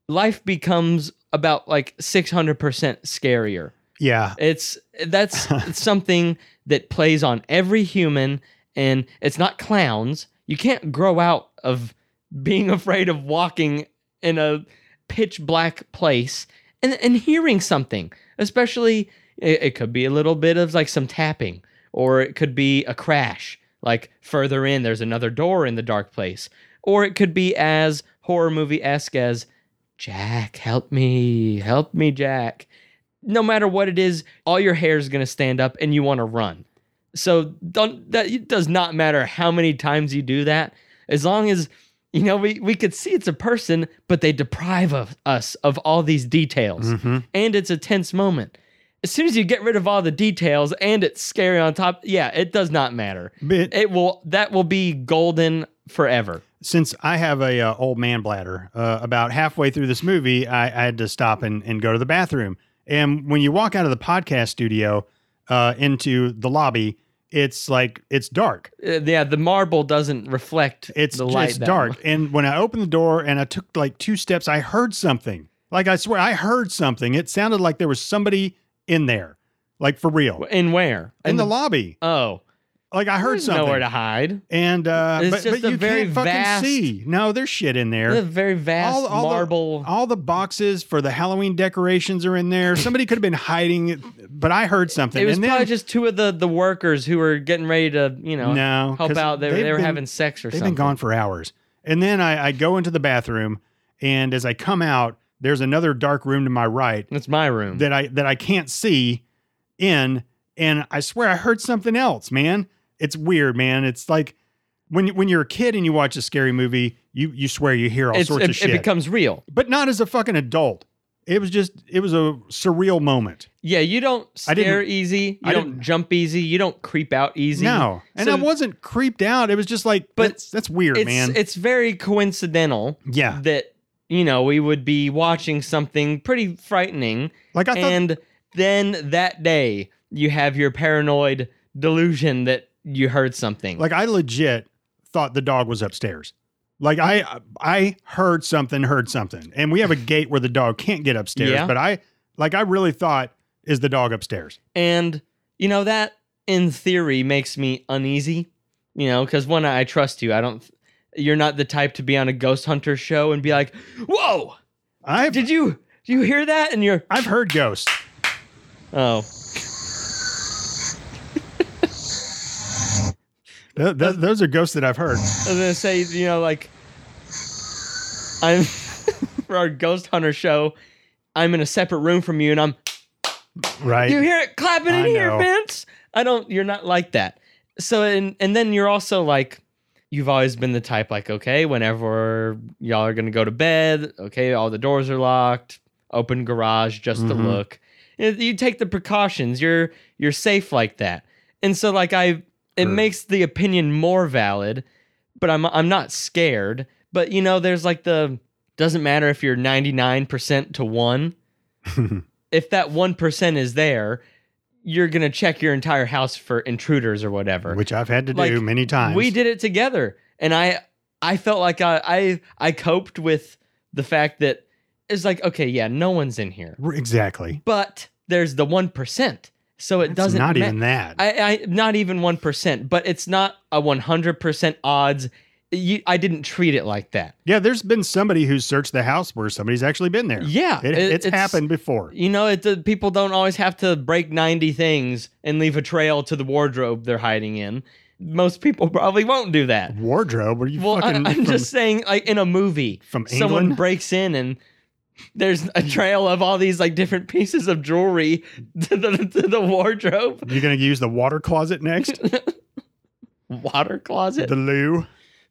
B: life becomes about like 600% scarier.
A: yeah
B: It's that's something that plays on every human, and it's not clowns. You can't grow out of being afraid of walking in a pitch black place and and hearing something. Especially, it, it could be a little bit of like some tapping, or it could be a crash. Like further in, there's another door in the dark place, or it could be as horror movie esque as Jack, help me, help me, Jack. No matter what it is, all your hair is gonna stand up and you want to run. So don't that it does not matter how many times you do that, as long as you know we we could see it's a person, but they deprive of us of all these details,
A: Mm-hmm.
B: and it's a tense moment. As soon as you get rid of all the details and it's scary on top, yeah, it does not matter.
A: But-
B: it will that will be golden forever.
A: since I have a uh, old man bladder, uh, about halfway through this movie, I, I had to stop and, and go to the bathroom. And when you walk out of the podcast studio uh, into the lobby, it's like it's dark.
B: Uh, yeah, the marble doesn't reflect
A: It's
B: the
A: just
B: light. that
A: dark.
B: much.
A: And when I opened the door and I took like two steps, I heard something. Like I swear, I heard something. It sounded like there was somebody in there, like for real,
B: And where?
A: in the lobby.
B: oh,
A: Like I heard
B: there's
A: something.
B: nowhere to hide.
A: and uh,
B: It's
A: but,
B: just
A: but
B: a
A: you
B: very
A: can't fucking
B: vast-
A: see. No, there's shit in there.
B: The very vast
A: the-
B: marble.
A: all The, boxes for the Halloween decorations are in there. Somebody could have been hiding, it, but I heard something.
B: it was
A: and then
B: probably just two of the, the workers who were getting ready to, you know,
A: No,
B: help
A: 'cause
B: out. They,
A: they've
B: they were
A: been-
B: having sex or
A: they've
B: something.
A: been gone for hours. And then I, I go into the bathroom, and as I come out, there's another dark room to my right
B: That's my room.
A: that I that I can't see in, and I swear I heard something else, man. It's weird, man. It's like when you- when you're a kid and you watch a scary movie, you you swear you hear all
B: It's-
A: sorts
B: it,
A: of shit,
B: it becomes real.
A: but not as a fucking adult. It was just it was a surreal moment.
B: Yeah, you don't
A: I didn't-
B: scare easy. You
A: I
B: don't
A: didn't-
B: jump easy. You don't creep out easy.
A: No, and I
B: So-
A: wasn't creeped out. It was just like,
B: But
A: that's, that's weird,
B: It's,
A: man. Ah.
B: it's very coincidental
A: yeah,
B: that, you know, we would be watching something pretty frightening.
A: like I thought.
B: and then that day, you have your paranoid delusion that you heard something.
A: Like I legit thought the dog was upstairs. Like I, I heard something, heard something, and we have a gate where the dog can't get upstairs.
B: Yeah.
A: But I, like, I really thought is the dog upstairs?
B: And, you know, that in theory makes me uneasy, you know, because one, I trust you. I don't, you're not the type to be on a ghost hunter show and be like, whoa,
A: I've
B: did you, do you hear that? And you're,
A: I've heard ghosts.
B: oh,
A: Th- th- those are ghosts that I've heard.
B: I was going to say, you know, like, I'm, for our ghost hunter show, I'm in a separate room from you and I'm,
A: Right?
B: you hear it clapping in
A: I
B: here,
A: know.
B: Vince. I don't. You're not like that. So and and then you're also like, you've always been the type like, okay, whenever y'all are gonna go to bed, okay, all the doors are locked, open garage just to
A: Mhm.
B: look. You you take the precautions. You're you're safe like that. And so like I, it
A: Sure.
B: makes the opinion more valid. But I'm I'm not scared. But you know, there's like the doesn't matter if you're 99% to one if that 1% is there, you're going to check your entire house for intruders or whatever.
A: Which I've had to do
B: Like,
A: many times.
B: we did it together. And I I felt like I I, I coped with the fact that it's like, okay, yeah, no one's in here.
A: R- exactly.
B: But there's the 1%. So it
A: It's
B: doesn't
A: not
B: ma-
A: even that.
B: I, I not even 1%, but it's not a 100% odds. You, I didn't treat it like that.
A: yeah, there's been somebody who's searched the house where somebody's actually been there.
B: Yeah,
A: It-
B: it-
A: it's,
B: it's-
A: happened before.
B: You know, it, the, people don't always have to break 90 things and leave a trail to the wardrobe they're hiding in. Most people probably won't do that.
A: Wardrobe? What Are you
B: Well, I,
A: fucking?
B: I'm
A: from-
B: just saying, like in a movie,
A: From
B: someone
A: England?
B: breaks in and there's a trail of all these like different pieces of jewelry to the, to the wardrobe,
A: You're gonna use the water closet next,
B: water closet.
A: the loo.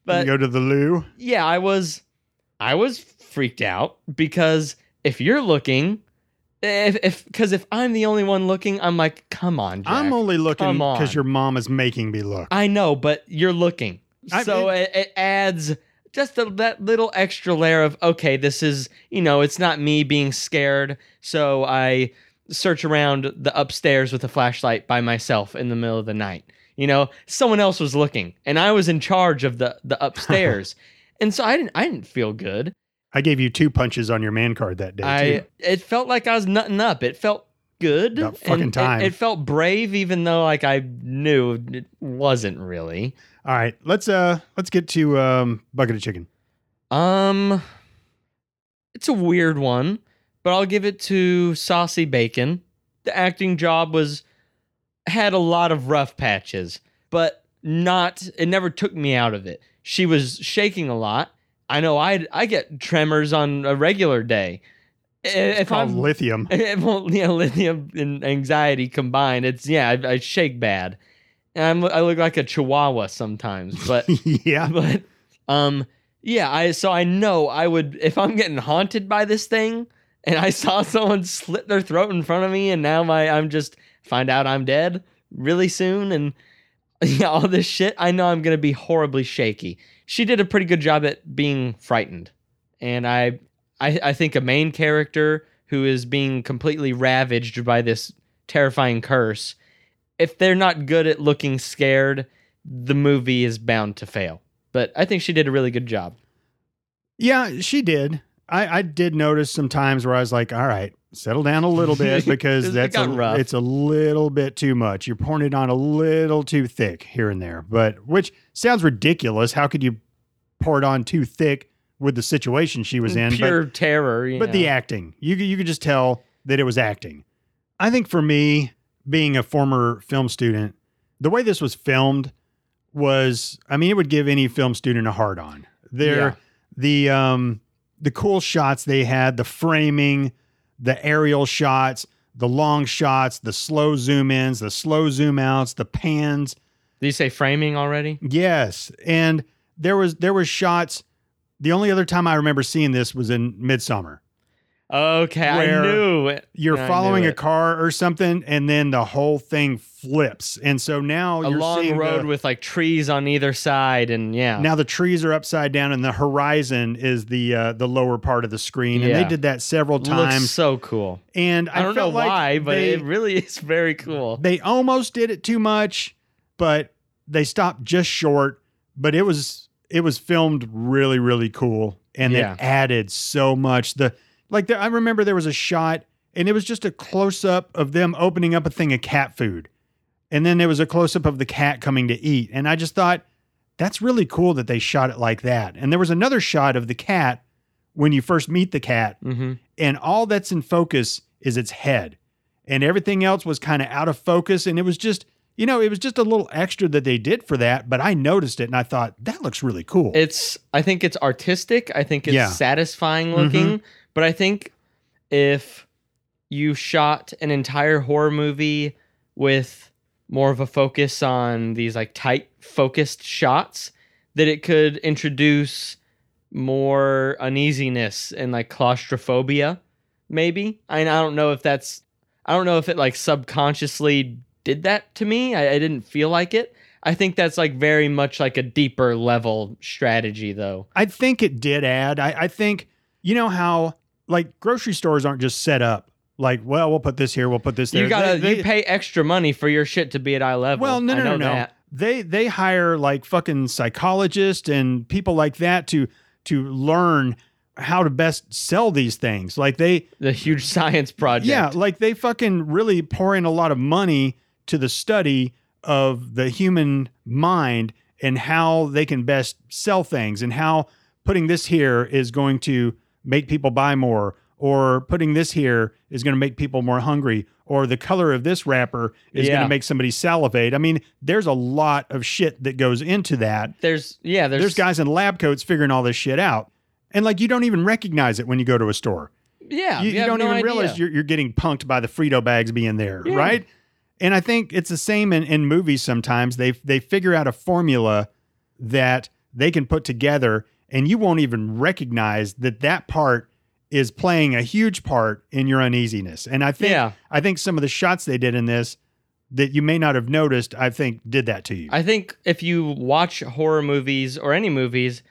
B: but
A: you go to the loo.
B: yeah, I was I was freaked out because if you're looking, if if because if I'm the only one looking, I'm like, come on, Jack.
A: I'm only looking
B: come on.
A: because your mom is making me look.
B: I know, but you're looking.
A: I-
B: so it, it adds just a, that little extra layer of okay, this is you know, it's not me being scared. So I search around the upstairs with a flashlight by myself in the middle of the night. You know, someone else was looking, and I was in charge of the the upstairs. And so I didn't. I didn't feel good.
A: I gave you two punches on your man card that day.
B: I
A: too.
B: it felt like I was nutting up. It felt good.
A: About fucking
B: and it-
A: time.
B: It, felt brave, even though like I knew it wasn't really.
A: All right, let's uh let's get to um bucket of chicken.
B: Um, it's a weird one, but I'll give it to Saucy Bacon. The acting job was had a lot of rough patches, but not it never took me out of it. She was shaking a lot. I know I I get tremors on a regular day.
A: It's
B: If
A: called
B: I'm
A: lithium.
B: well, yeah, lithium and anxiety combined, it's yeah, I, I shake bad, and I'm, I look like a chihuahua sometimes. But
A: yeah.
B: but um yeah i so i know i would if i'm getting haunted by this thing and i saw someone slit their throat in front of me and now my i'm just find out i'm dead really soon and yeah all this shit i know i'm gonna be horribly shaky she did a pretty good job at being frightened and i i, I think a main character who is being completely ravaged by this terrifying curse if they're not good at looking scared the movie is bound to fail. But I think she did a really good job.
A: Yeah, she did. I, I did notice some times where I was like, all right, settle down a little bit because
B: It
A: that's a,
B: got rough.
A: it's a little bit too much. You're pouring it on a little too thick here and there, but which sounds ridiculous. How could you pour it on too thick with the situation she was in? But-
B: Pure terror.
A: but the acting you could- you could just tell that it was acting i think for me being a former film student the way this was filmed was i mean it would give any film student a hard on there
B: Yeah.
A: the um the cool shots they had the framing the aerial shots the long shots the slow zoom ins the slow zoom outs the pans
B: Did you say framing already?
A: Yes, and there was there was shots. The only other time I remember seeing this was in Midsummer.
B: Okay,
A: Where
B: I knew it.
A: You're
B: I knew
A: following a
B: it.
A: car or something, and then the whole thing flips, and so now
B: a
A: Oh, you're
B: long
A: seeing
B: road
A: the-
B: with like trees on either side, and yeah,
A: now the trees are upside down, and the horizon is the uh, the lower part of the screen, and
B: Yeah.
A: they did that several
B: looks
A: times.
B: so cool.
A: and I,
B: I, don't know
A: felt like
B: why, but
A: they,
B: it really is very cool.
A: they almost did it too much, but they stopped just short. But it was it was filmed really really cool, and
B: Yeah.
A: it added so much. The like there, I remember there was a shot, and it was just a close up of them opening up a thing of cat food, and then there was a close up of the cat coming to eat, and I just thought that's really cool that they shot it like that. And there was another shot of the cat when you first meet the cat,
B: hmm
A: and all that's in focus is its head and everything else was kind of out of focus and it was just you know it was just a little extra that they did for that but i noticed it and i thought that looks really cool
B: It's I think it's artistic. I think it's
A: Yeah.
B: satisfying looking. But I think if you shot an entire horror movie with more of a focus on these like tight focused shots, that it could introduce more uneasiness and like claustrophobia, maybe. I I don't know if that's I don't know if it like subconsciously did that to me. I, I didn't feel like it. I think that's like very much like a deeper level strategy though.
A: i think it did add I, I think you know how like grocery stores aren't just set up like well we'll put this here we'll put this there
B: you gotta
A: They-
B: you
A: they-
B: pay extra money for your shit to be at eye level.
A: Well, no,
B: I
A: no, no,
B: know
A: no.
B: that.
A: They they hire like fucking psychologists and people like that to to learn how to best sell these things. Like they
B: The huge science project.
A: Yeah, like they fucking really pour in a lot of money to the study of the human mind and how they can best sell things and how putting this here is going to make people buy more or putting this here is going to make people more hungry or the color of this wrapper is going
B: Yeah.
A: to make somebody salivate. I mean, there's a lot of shit that goes into that.
B: There's yeah, there's,
A: There's guys in lab coats figuring all this shit out. And like you don't even recognize it when you go to a store
B: yeah,
A: you, you
B: have
A: don't
B: no
A: even
B: idea.
A: realize you're, you're getting punked by the Frito bags being there,
B: Yeah.
A: right? And I think it's the same in, in movies sometimes. They they figure out a formula that they can put together, and you won't even recognize that that part is playing a huge part in your uneasiness. And I think
B: Yeah.
A: I think some of the shots they did in this that you may not have noticed, I think did that to you.
B: I think if you watch horror movies or any movies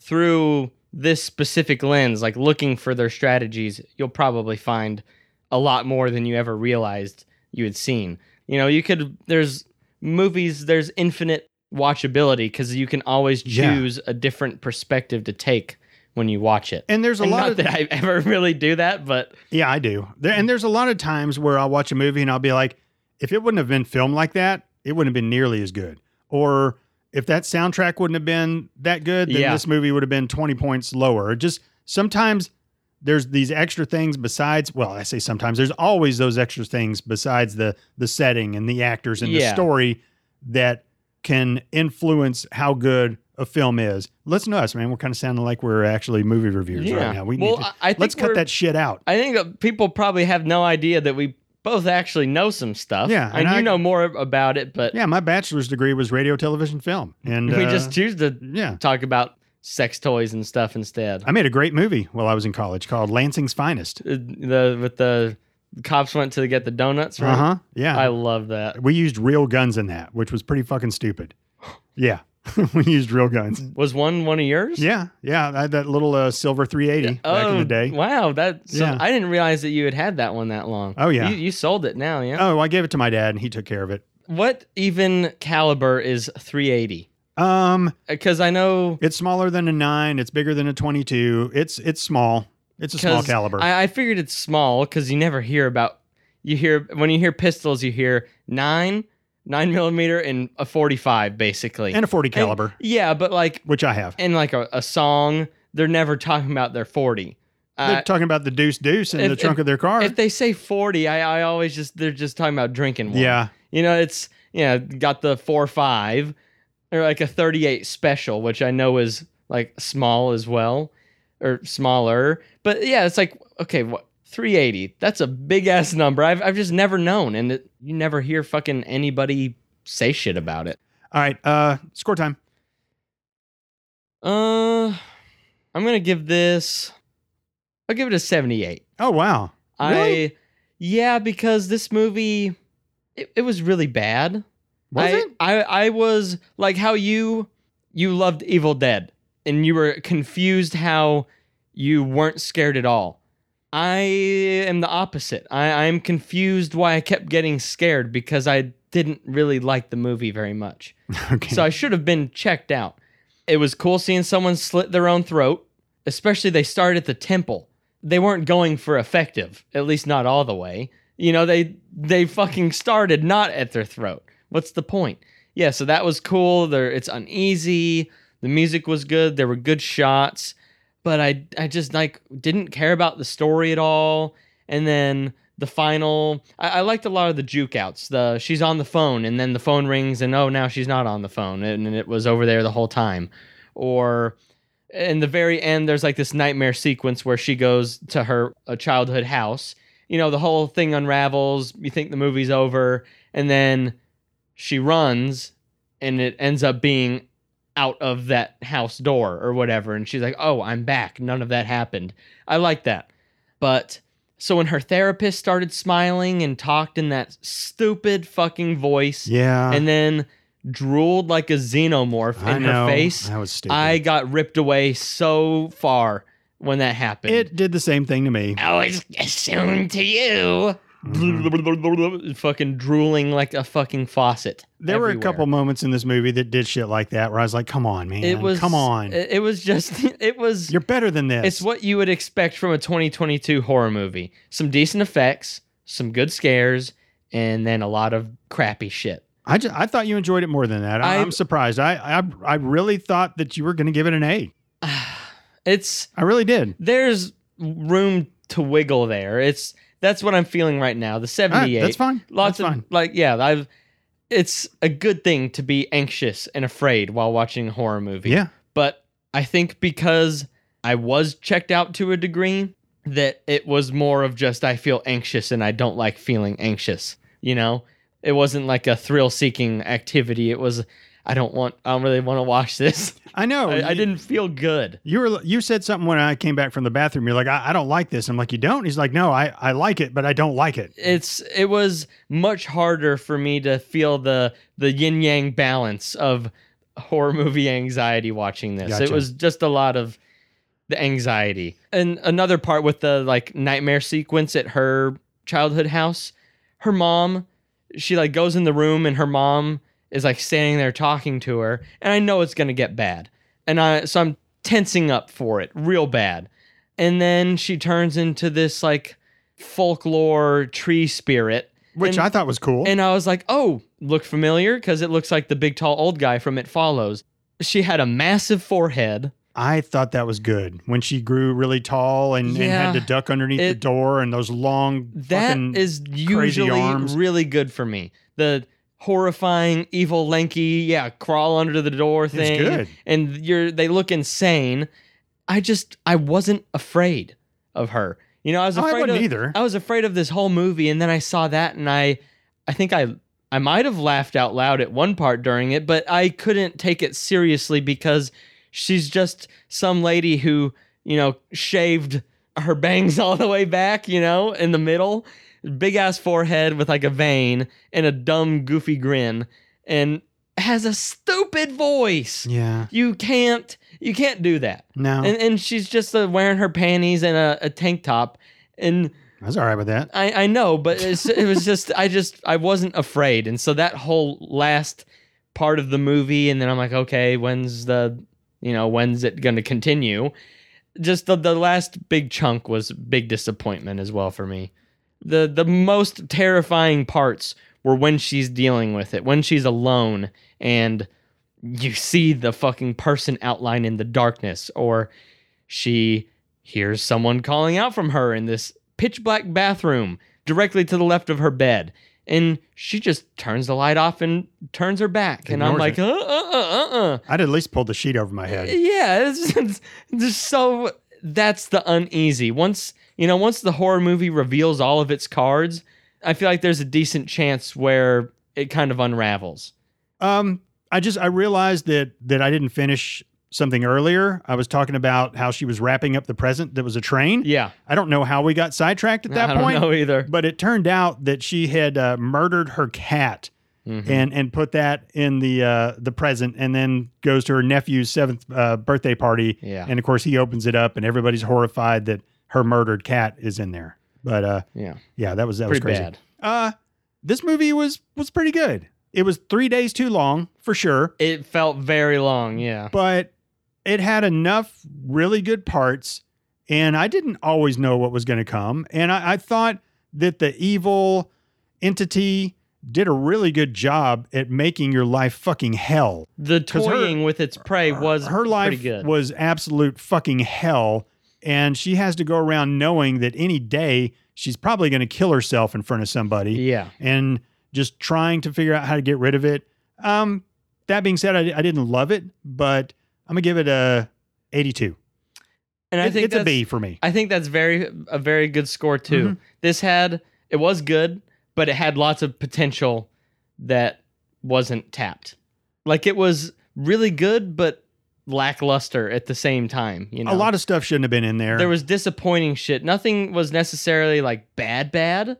B: through this specific lens, like looking for their strategies, you'll probably find a lot more than you ever realized you had seen. You know, you could, there's movies, there's infinite watchability because you can always
A: Yeah.
B: choose a different perspective to take when you watch it.
A: and there's a
B: And
A: lot
B: not
A: of
B: that I ever really do that, but
A: Yeah, I do. There, and there's a lot of times where I'll watch a movie and I'll be like, if it wouldn't have been filmed like that, it wouldn't have been nearly as good. Or if that soundtrack wouldn't have been that good, then
B: Yeah.
A: this movie would have been 20 points lower. Just sometimes there's these extra things besides, well, I say sometimes there's always those extra things besides the the setting and the actors and the
B: Yeah.
A: story that can influence how good a film is. Listen to us, man. We're kind of sounding like we're actually movie reviewers
B: Yeah.
A: right now. We
B: Well,
A: need to,
B: I- I think
A: let's cut
B: we're-
A: that shit out.
B: I think that people probably have no idea that we both actually know some stuff.
A: Yeah, and
B: and, you
A: I-
B: know more about it, but
A: Yeah, my bachelor's degree was radio, television, film, and
B: we
A: uh,
B: just choose to
A: yeah.
B: talk about sex toys and stuff instead.
A: I made a great movie while I was in college called Lansing's Finest.
B: Uh, the with the cops went to get the donuts, right?
A: Uh huh. Yeah,
B: I love that.
A: we used real guns in that, which was pretty fucking stupid. Yeah, we used real guns.
B: Was one one of yours?
A: Yeah, yeah. I had that little uh, silver 380 back in
B: Oh,
A: the day.
B: Wow, that so
A: Yeah.
B: I didn't realize that you had had that one that long.
A: Oh, yeah.
B: you, you sold it now. Yeah.
A: Oh, I gave it to my dad, and he took care of it.
B: What even caliber is 380?
A: Um,
B: Because Uh, I know
A: it's smaller than a nine. It's bigger than a 22. It's it's small. It's a small
B: 'Cause
A: caliber.
B: I, I figured it's small because you never hear about you hear when you hear pistols, you hear nine, nine millimeter, and a forty-five, basically.
A: and a 40
B: And-
A: caliber,
B: yeah, but like
A: which I have.
B: in like a, a song, they're never talking about their forty.
A: They're
B: Uh,
A: talking about the deuce deuce in
B: if-
A: the trunk of their car.
B: if they say forty, I, I always just they're just talking about drinking. One.
A: yeah.
B: you know it's yeah got the four five or like a thirty-eight special, which I know is like small as well or smaller. But yeah, it's like okay, what 380? That's a big ass number. I've I've just never known, and it, you never hear fucking anybody say shit about it.
A: All right. Uh, score time.
B: Uh, I'm gonna give this. I'll give it a 78.
A: Oh wow. Really?
B: I yeah, because this movie it, it was really bad.
A: Was
B: I,
A: it?
B: I I was like how you you loved Evil Dead and you were confused how you weren't scared at all. I am the opposite. I, I'm confused why I kept getting scared because I didn't really like the movie very much.
A: Okay.
B: So I should have been checked out. It was cool seeing someone slit their own throat, especially they started at the temple. They weren't going for effective, at least not all the way. You know, they they fucking started not at their throat. What's the point? Yeah, so that was cool. There it's uneasy. The music was good. There were good shots, but I I just like didn't care about the story at all. And then the final I, I liked a lot of the juke outs. The she's on the phone and then the phone rings and oh now she's not on the phone and, and it was over there the whole time. Or in the very end there's like this nightmare sequence where she goes to her uh, childhood house. You know, the whole thing unravels, you think the movie's over, and then she runs and it ends up being out of that house door or whatever and she's like oh i'm back none of that happened i like that but so when her therapist started smiling and talked in that stupid fucking voice
A: yeah.
B: and then drooled like a xenomorph
A: I
B: in
A: know.
B: her face
A: That was stupid.
B: i got ripped away so far when that happened
A: it did the same thing to me.
B: i was assumed to you Mm-hmm. fucking drooling like a fucking faucet
A: There were a
B: everywhere.
A: couple moments in this movie that did shit like that where I was like, "Come on, man.
B: It was
A: Come on.
B: It, it was just it was
A: You're better than this."
B: it's what you would expect from a 2022 horror movie. Some decent effects, some good scares, and then a lot of crappy shit.
A: I, ju- I thought you enjoyed it more than that. I,
B: I-
A: am surprised. I, I I really thought that you were going to give it an A.
B: It's
A: I really did.
B: there's room to wiggle there. It's that's what I'm feeling right now.
A: All
B: The
A: right,
B: 78.
A: Ah, that's fine.
B: Lots
A: that's
B: of
A: fine.
B: like yeah, I've it's a good thing to be anxious and afraid while watching a horror movie.
A: Yeah.
B: but I think because I was checked out to a degree, that it was more of just I feel anxious and I don't like feeling anxious. You know, it wasn't like a thrill seeking activity. It was I don't want I don't really want to watch this.
A: I know.
B: I, I
A: Oh, You-
B: didn't feel good.
A: You were you said something when I came back from the bathroom. You're like, I, I don't like this. I'm like, you don't. He's like, no, I, I like it, but I don't like it.
B: It's it was much harder for me to feel the the yin yang balance of horror movie anxiety watching this. It
A: Gotcha.
B: was just a lot of the anxiety. And another part with the like nightmare sequence at her childhood house, her mom, she like goes in the room and her mom is like standing there talking to her, and I know it's going to get bad. And I so I'm tensing up for it real bad. And then she turns into this like folklore tree spirit
A: Which
B: and-
A: I thought was cool.
B: and I was like, oh, look familiar because it looks like the big tall old guy from It Follows. She had a massive forehead.
A: I thought that was good when she grew really tall and, and had
B: Yeah.
A: to duck underneath the
B: It-
A: door and those long
B: That
A: fucking
B: is
A: crazy
B: usually
A: arms.
B: really good for me. The horrifying, evil, lanky, yeah, crawl under the door thing.
A: good.
B: And you're they look insane. I just I wasn't afraid of her. You know, I was
A: No, Oh, I
B: afraid
A: wasn't
B: of
A: either.
B: I was afraid of this whole movie, and then I saw that, and I I think I I might have laughed out loud at one part during it, but I couldn't take it seriously because she's just some lady who you know shaved her bangs all the way back, you know, in the middle, big ass forehead with like a vein and a dumb goofy grin, and has a stupid voice.
A: Yeah.
B: You can't you can't do that.
A: No.
B: And and she's just uh, wearing her panties and a, a tank top and.
A: I was all right with that.
B: I, I know, but it's, it was just I just I wasn't afraid, and so that whole last part of the movie, and then I'm like, okay, when's the you know when's it going to continue? Just the the last big chunk was big disappointment as well for me. the The most terrifying parts were when she's dealing with it, when she's alone, and you see the fucking person outline in the darkness, or she hears someone calling out from her in this pitch black bathroom directly to the left of her bed. And she just turns the light off and turns her back. And I'm
A: Ignores
B: like,
A: it.
B: uh, uh, uh, uh.
A: I'd at least pulled the sheet over my head.
B: Yeah, it's, it's just so that's the uneasy. Once you know, once the horror movie reveals all of its cards, I feel like there's a decent chance where it kind of unravels.
A: Um, I just I realized that that I didn't finish something earlier. I was talking about how she was wrapping up the present that was a train.
B: Yeah,
A: I don't know how we got sidetracked at that
B: I don't
A: point,
B: know either.
A: but it turned out that she had uh, murdered her cat
B: Mhm.
A: and and put that in the uh, the present, and then goes to her nephew's seventh uh, birthday party.
B: Yeah.
A: and of course he opens it up, and everybody's horrified that her murdered cat is in there. But uh,
B: Yeah,
A: yeah, that was that
B: pretty
A: was crazy.
B: bad.
A: Uh, this movie was was pretty good. It was three days too long for sure
B: It felt very long. Yeah,
A: but it had enough really good parts and i didn't always know what was going to come and I, I thought that the evil entity did a really good job at making your life fucking hell
B: the
A: 'Cause her-
B: toying with its prey was
A: her life
B: pretty good.
A: was absolute fucking hell and she has to go around knowing that any day she's probably going to kill herself in front of somebody
B: yeah,
A: and just trying to figure out how to get rid of it. Um, that being said, I, I didn't love it, but I'm gonna give it a 82.
B: and I
A: It-
B: think
A: it's a
B: that's-
A: B for me.
B: I think that's very a very good score too.
A: Mm-hmm.
B: This had it was good, but it had lots of potential that wasn't tapped. Like it was really good, but lackluster at the same time. You know,
A: A lot of stuff shouldn't have been in there.
B: there was disappointing shit. Nothing was necessarily like bad, bad.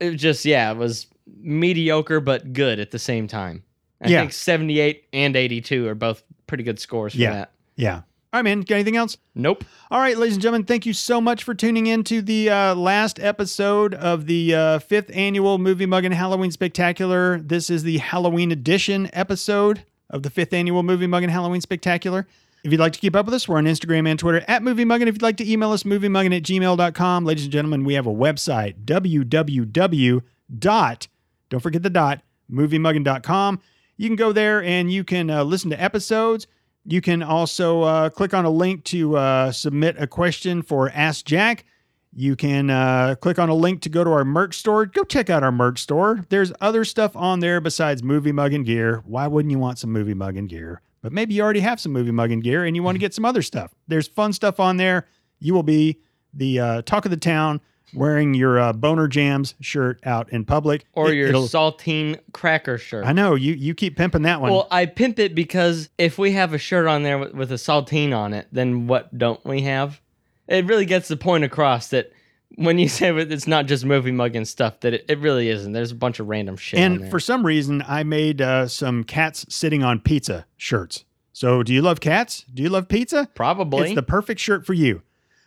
B: It was just yeah, it was mediocre but good at the same time. I
A: Yeah.
B: think seventy eight and eighty two are both pretty good scores for
A: Yeah.
B: that.
A: yeah. All right, man. Got anything else?
B: Nope.
A: All right, ladies and gentlemen, thank you so much for tuning in to the uh, last episode of the uh, fifth annual Movie Mug and Halloween Spectacular. This is the Halloween edition episode of the fifth annual Movie Mug and Halloween Spectacular. If you'd like to keep up with us, we're on Instagram and Twitter at Movie Muggin. If you'd like to email us, moviemuggin at gmail.com. Ladies and gentlemen, we have a website, www. dot Don't forget the dot, moviemuggin.com. You can go there and you can uh, listen to episodes. You can also uh, click on a link to uh, submit a question for Ask Jack. You can uh, click on a link to go to our merch store. Go check out our merch store. There's other stuff on there besides movie mug and gear. Why wouldn't you want some movie mug and gear? But maybe you already have some movie mug and gear and you want to get some other stuff. There's fun stuff on there. You will be the uh, talk of the town wearing your uh, boner jams shirt out in public.
B: Or
A: It-
B: your
A: it'll-
B: saltine cracker shirt.
A: I know you you keep pimping that one.
B: Well, I pimp it because if we have a shirt on there with, with a saltine on it, then what don't we have? It really gets the point across that when you say that it's not just movie mug and stuff, that it, it really isn't. There's a bunch of random shit. on
A: And
B: there.
A: for some reason, I made uh, some cats sitting on pizza shirts. So, do you love cats? Do you love pizza?
B: probably
A: It's the perfect shirt for you.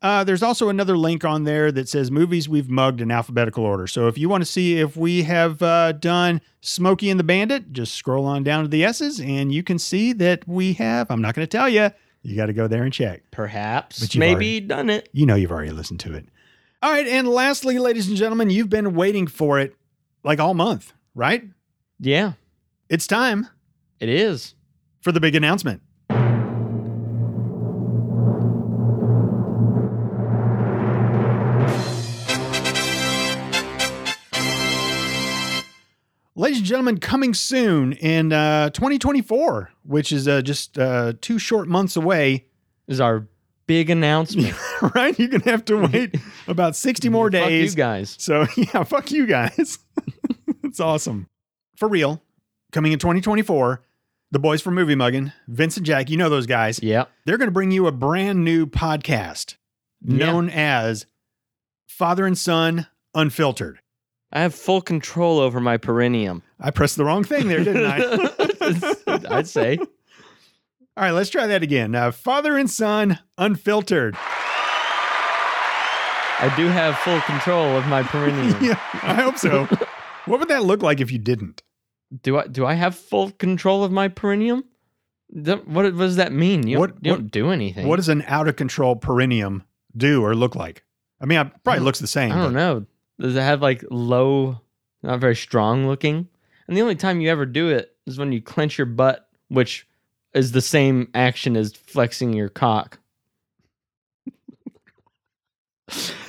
A: Uh, there's also another link on there that says movies we've mugged in alphabetical order. So, if you want to see if we have uh, done Smokey and the Bandit, just scroll on down to the S's and you can see that we have. I'm not going to tell you. You got to go there and check.
B: perhaps
A: But you've
B: maybe
A: already-
B: done it.
A: You know you've already listened to it. All right. And lastly, ladies and gentlemen, you've been waiting for it like all month, right?
B: Yeah,
A: It's time.
B: it is.
A: for the big announcement. Ladies ladies and gentlemen, coming soon in uh, 2024, which is uh, just uh, two short months away.
B: This is our big announcement.
A: right? You're gonna have to wait about 60 more
B: Fuck
A: days.
B: you guys.
A: So yeah, fuck you guys. it's awesome. For real, coming in 2024, the boys from Movie Muggin, Vince and Jack, you know those guys.
B: Yep.
A: They're going to bring you a brand new podcast
B: Yeah.
A: known as Father and Son Unfiltered.
B: I have full control over my perineum.
A: I pressed the wrong thing there, didn't I?
B: I'd say.
A: All right, let's try that again. Uh, Father and Son Unfiltered.
B: I do have full control of my perineum.
A: Yeah, I hope so. what would that look like if you didn't?
B: Do I do I have full control of my perineum? Th- What, what does that mean? You,
A: What-
B: don't, you
A: what-
B: don't do anything.
A: What does an out of control perineum do or look like? I mean, it
B: I
A: probably
B: don't-
A: looks the same.
B: Hmm. I don't
A: but-
B: know. Does it have like low, not very strong looking? And the only time you ever do it is when you clench your butt, which is the same action as flexing your cock.
A: It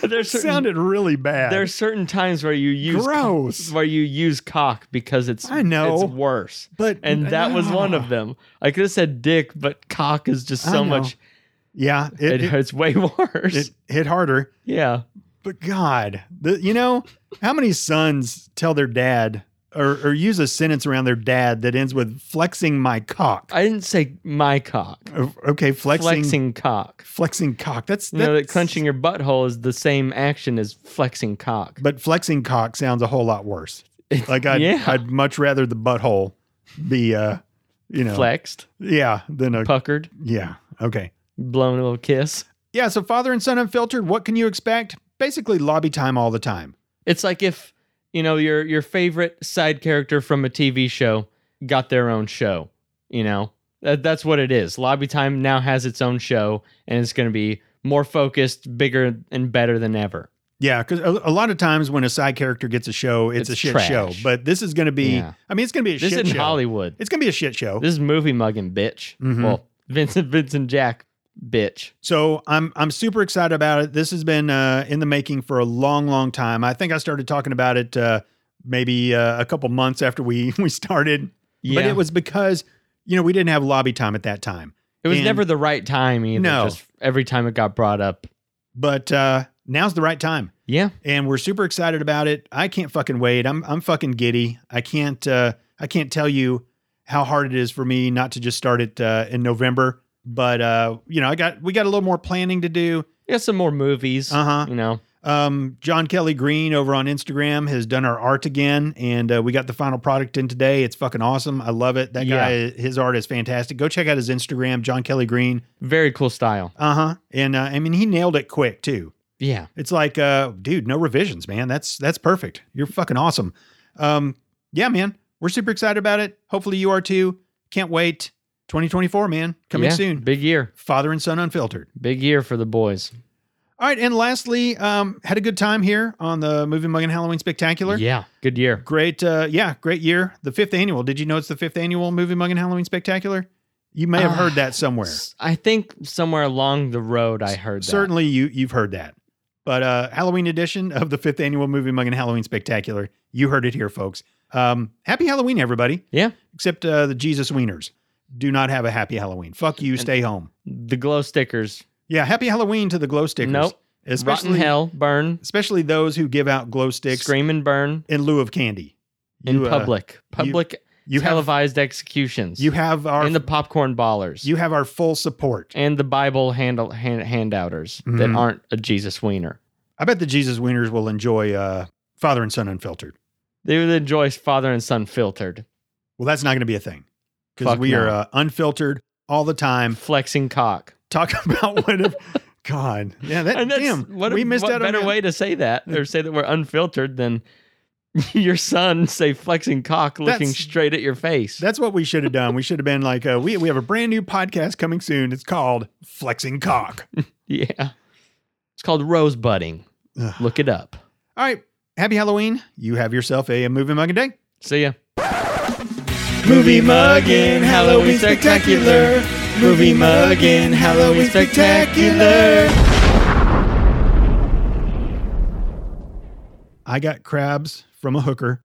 B: there's certain,
A: sounded really bad.
B: there's certain times where you use
A: Gross.
B: where you use cock because it's
A: I know.
B: it's worse.
A: but
B: And that was one of them. I could have said dick, but cock is just
A: Ah. I
B: so
A: know.
B: much
A: Yeah,
B: it,
A: it, it,
B: hurts way worse.
A: it hit harder.
B: yeah.
A: But God, the, you know, how many sons tell their dad or, or use a sentence around their dad that ends with flexing my cock?
B: I didn't say my cock.
A: O- okay, flexing, flexing,
B: Flexing cock.
A: cock. That's,
B: You know that
A: that's-
B: clenching your butthole is the same action as flexing cock.
A: But flexing cock sounds a whole lot worse. Like I'd,
B: Yeah.
A: I'd much rather the butthole be, uh, you know,
B: Flexed,
A: yeah, than a,
B: puckered,
A: yeah. Okay.
B: blown a little kiss.
A: Yeah. So father and son unfiltered, what can you expect? Basically lobby time all the time.
B: It's like if you know your your favorite side character from a TV show got their own show. You know that, that's what it is. Lobby Time now has its own show, and it's going to be more focused, bigger, and better than ever.
A: Yeah, because a, a lot of times when a side character gets a show, it's,
B: It's
A: a shit
B: trash.
A: show. But this is going to be,
B: Yeah.
A: I mean, it's going to be a
B: This
A: shit
B: isn't
A: show.
B: Hollywood.
A: It's going to be a shit show.
B: This is movie mugging, bitch.
A: Mhm.
B: Well, Vincent, Vincent, Jack, bitch.
A: so I'm I'm super excited about it. This has been uh, in the making for a long, long time. I think I started talking about it uh, maybe uh, a couple months after we we started, but it was because you know we didn't have lobby time at that time.
B: It was
A: and-
B: never the right time either.
A: No.
B: Just every time it got brought up.
A: But uh, now's the right time.
B: Yeah.
A: and we're super excited about it. I can't fucking wait. I'm I'm fucking giddy. I can't uh, I can't tell you how hard it is for me not to just start it uh, in November. But uh, you know, I got we got a little more planning to do.
B: We got some more movies.
A: Uh huh.
B: You know.
A: Um, John Kelly Green over on Instagram has done our art again, and uh, we got the final product in today. It's fucking awesome. I love it. That guy, his art is fantastic. Go check out his Instagram, John Kelly Green.
B: Very cool style.
A: Uh-huh. And, uh I mean, he nailed it quick too.
B: Yeah.
A: It's like, uh, dude, no revisions, man. That's that's perfect. You're fucking awesome. Um, yeah, man. We're super excited about it. Hopefully you are too. Can't wait. 2024, man. Coming
B: Yeah.
A: soon.
B: Big year.
A: Father and son unfiltered.
B: Big year for the boys.
A: All right, and lastly, um, had a good time here on the Movie Mug and Halloween Spectacular.
B: Yeah. Good year.
A: Great, uh, yeah, great year. The fifth annual. Did you know it's the fifth annual Movie Mug and Halloween Spectacular? You may have
B: Ah,
A: heard that somewhere.
B: S- I think somewhere along the road I heard that.
A: Certainly, you you've heard that. But uh, Halloween edition of the fifth annual Movie Mug and Halloween Spectacular. You heard it here, folks. Um, happy Halloween, everybody.
B: Yeah.
A: Except uh, the Jesus Wieners do not have a happy Halloween. Fuck you. Stay home.
B: The glow stickers.
A: Yeah. Happy Halloween to the glow stickers.
B: Nope.
A: Especially
B: Rotten hell. Burn.
A: especially those who give out glow sticks
B: Scream and burn.
A: in lieu of candy.
B: In
A: You, uh,
B: public. Public
A: you have
B: televised executions.
A: you have our
B: and the popcorn ballers.
A: you have our full support.
B: and the Bible handle hand, handouters that
A: Mhm.
B: aren't a Jesus wiener.
A: I bet the Jesus Wieners will enjoy uh, Father and Son Unfiltered.
B: They would enjoy father and son filtered.
A: Well, that's not going to be a thing because
B: Fuck
A: we
B: no.
A: are uh, unfiltered all the time.
B: Flexing cock.
A: Talk about what if God, yeah, that
B: and that's
A: damn,
B: what,
A: we missed
B: what
A: out
B: better
A: on that.
B: way to say that or say that we're unfiltered than your son say flexing cock looking
A: That's-
B: straight at your face.
A: That's what we should have done. We should have been like, uh, we we have a brand new podcast coming soon. It's called Flexing Cock.
B: yeah. It's called rosebudding.
A: Ugh.
B: Look it up.
A: All right, happy Halloween. You have yourself a, movie mugging day.
B: See ya.
E: Movie muggin' Halloween spectacular. Movie muggin' Halloween spectacular.
A: I got crabs from a hooker.